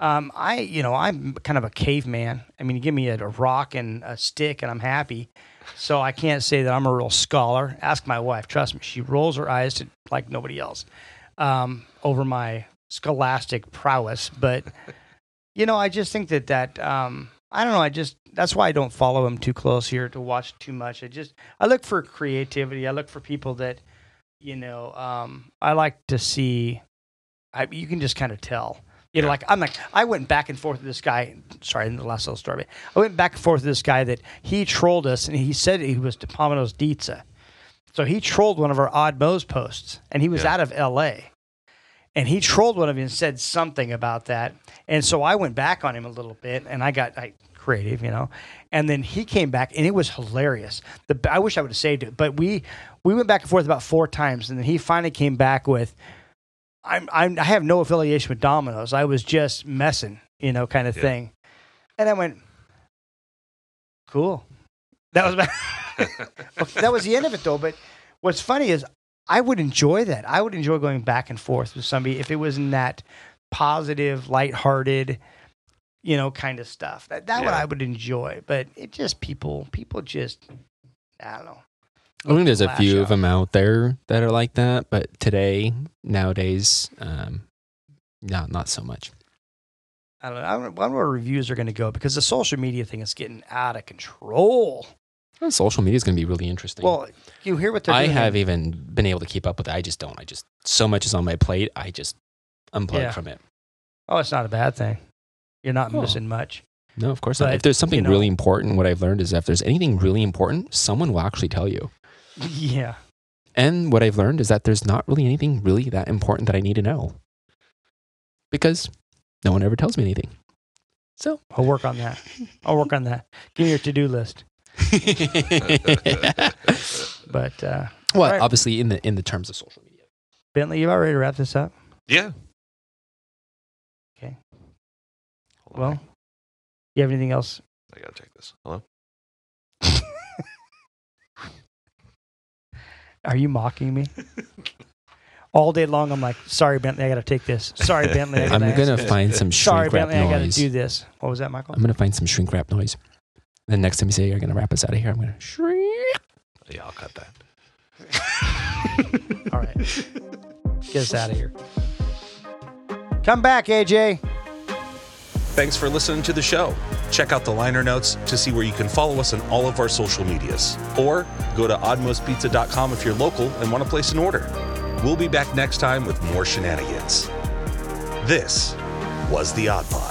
B: um, i you know i'm kind of a caveman i mean you give me a, a rock and a stick and i'm happy so i can't say that i'm a real scholar ask my wife trust me she rolls her eyes to like nobody else um, over my scholastic prowess but you know i just think that that um, i don't know i just that's why i don't follow him too close here to watch too much i just i look for creativity i look for people that you know um, i like to see I, you can just kind of tell you know like i'm like i went back and forth with this guy sorry in the last little story but i went back and forth with this guy that he trolled us and he said he was to Pomino's Diza. so he trolled one of our odd Mo's posts and he was out of la and he trolled one of you and said something about that. And so I went back on him a little bit, and I got like creative, you know. And then he came back, and it was hilarious. The I wish I would have saved it, but we we went back and forth about four times, and then he finally came back with, "I'm, I'm I have no affiliation with Domino's. I was just messing, you know, kind of
A: Yeah.
B: thing." And I went, "Cool." That was my, Okay, that was the end of it, though. But what's funny is I would enjoy that. I would enjoy going back and forth with somebody if it was in that positive, lighthearted, you know, kind of stuff. That that what
A: Yeah.
B: I would enjoy. But it just people people just I don't know.
E: I think there's a
B: Lash
E: few of
B: out.
E: them out there that are like that, but today, nowadays, um, No, not so much.
B: I don't know. I don't know where reviews are going to go because the social media thing is getting out of control.
E: Well, social media is going to be really interesting.
B: Well, you hear what they're
E: I
B: doing.
E: have e- even been able to keep up with it. I just don't. I just so much is on my plate. I just unplug
B: Yeah.
E: from it.
B: Oh, it's not a bad thing. You're not
E: Oh.
B: missing much.
E: No, of course
B: But,
E: not. If there's something
B: you know-
E: really important, what I've learned is if there's anything really important, someone will actually tell you.
B: Yeah.
E: And what I've learned is that there's not really anything really that important that I need to know because no one ever tells me anything. So,
B: I'll work on that. I'll work on that. Give me your to do list. But uh,
E: well,
B: Right.
E: obviously in the in the terms of social media.
B: Bentley, you about ready to wrap this up?
F: Yeah.
B: Okay.
F: Hold on,
B: Well, you have anything else?
F: I gotta check this. Hello.
B: Are you mocking me? All day long, I'm like, sorry, Bentley, I got to take this. Sorry, Bentley, I got
E: I'm
B: to
E: gonna find some
B: Sorry,
E: shrink wrap
B: Bentley, I got to
E: noise.
B: do this. What was that, Michael?
E: I'm gonna find some shrink wrap noise. Then next time you say you're gonna wrap us out of here, I'm gonna shrink.
F: Yeah, I'll cut that.
B: All right. Get us out of here. Come back, AJ.
A: Thanks for listening to the show. Check out the liner notes to see where you can follow us on all of our social medias. Or go to oddmostpizza.com if you're local and want to place an order. We'll be back next time with more shenanigans. This was the Odd Pod.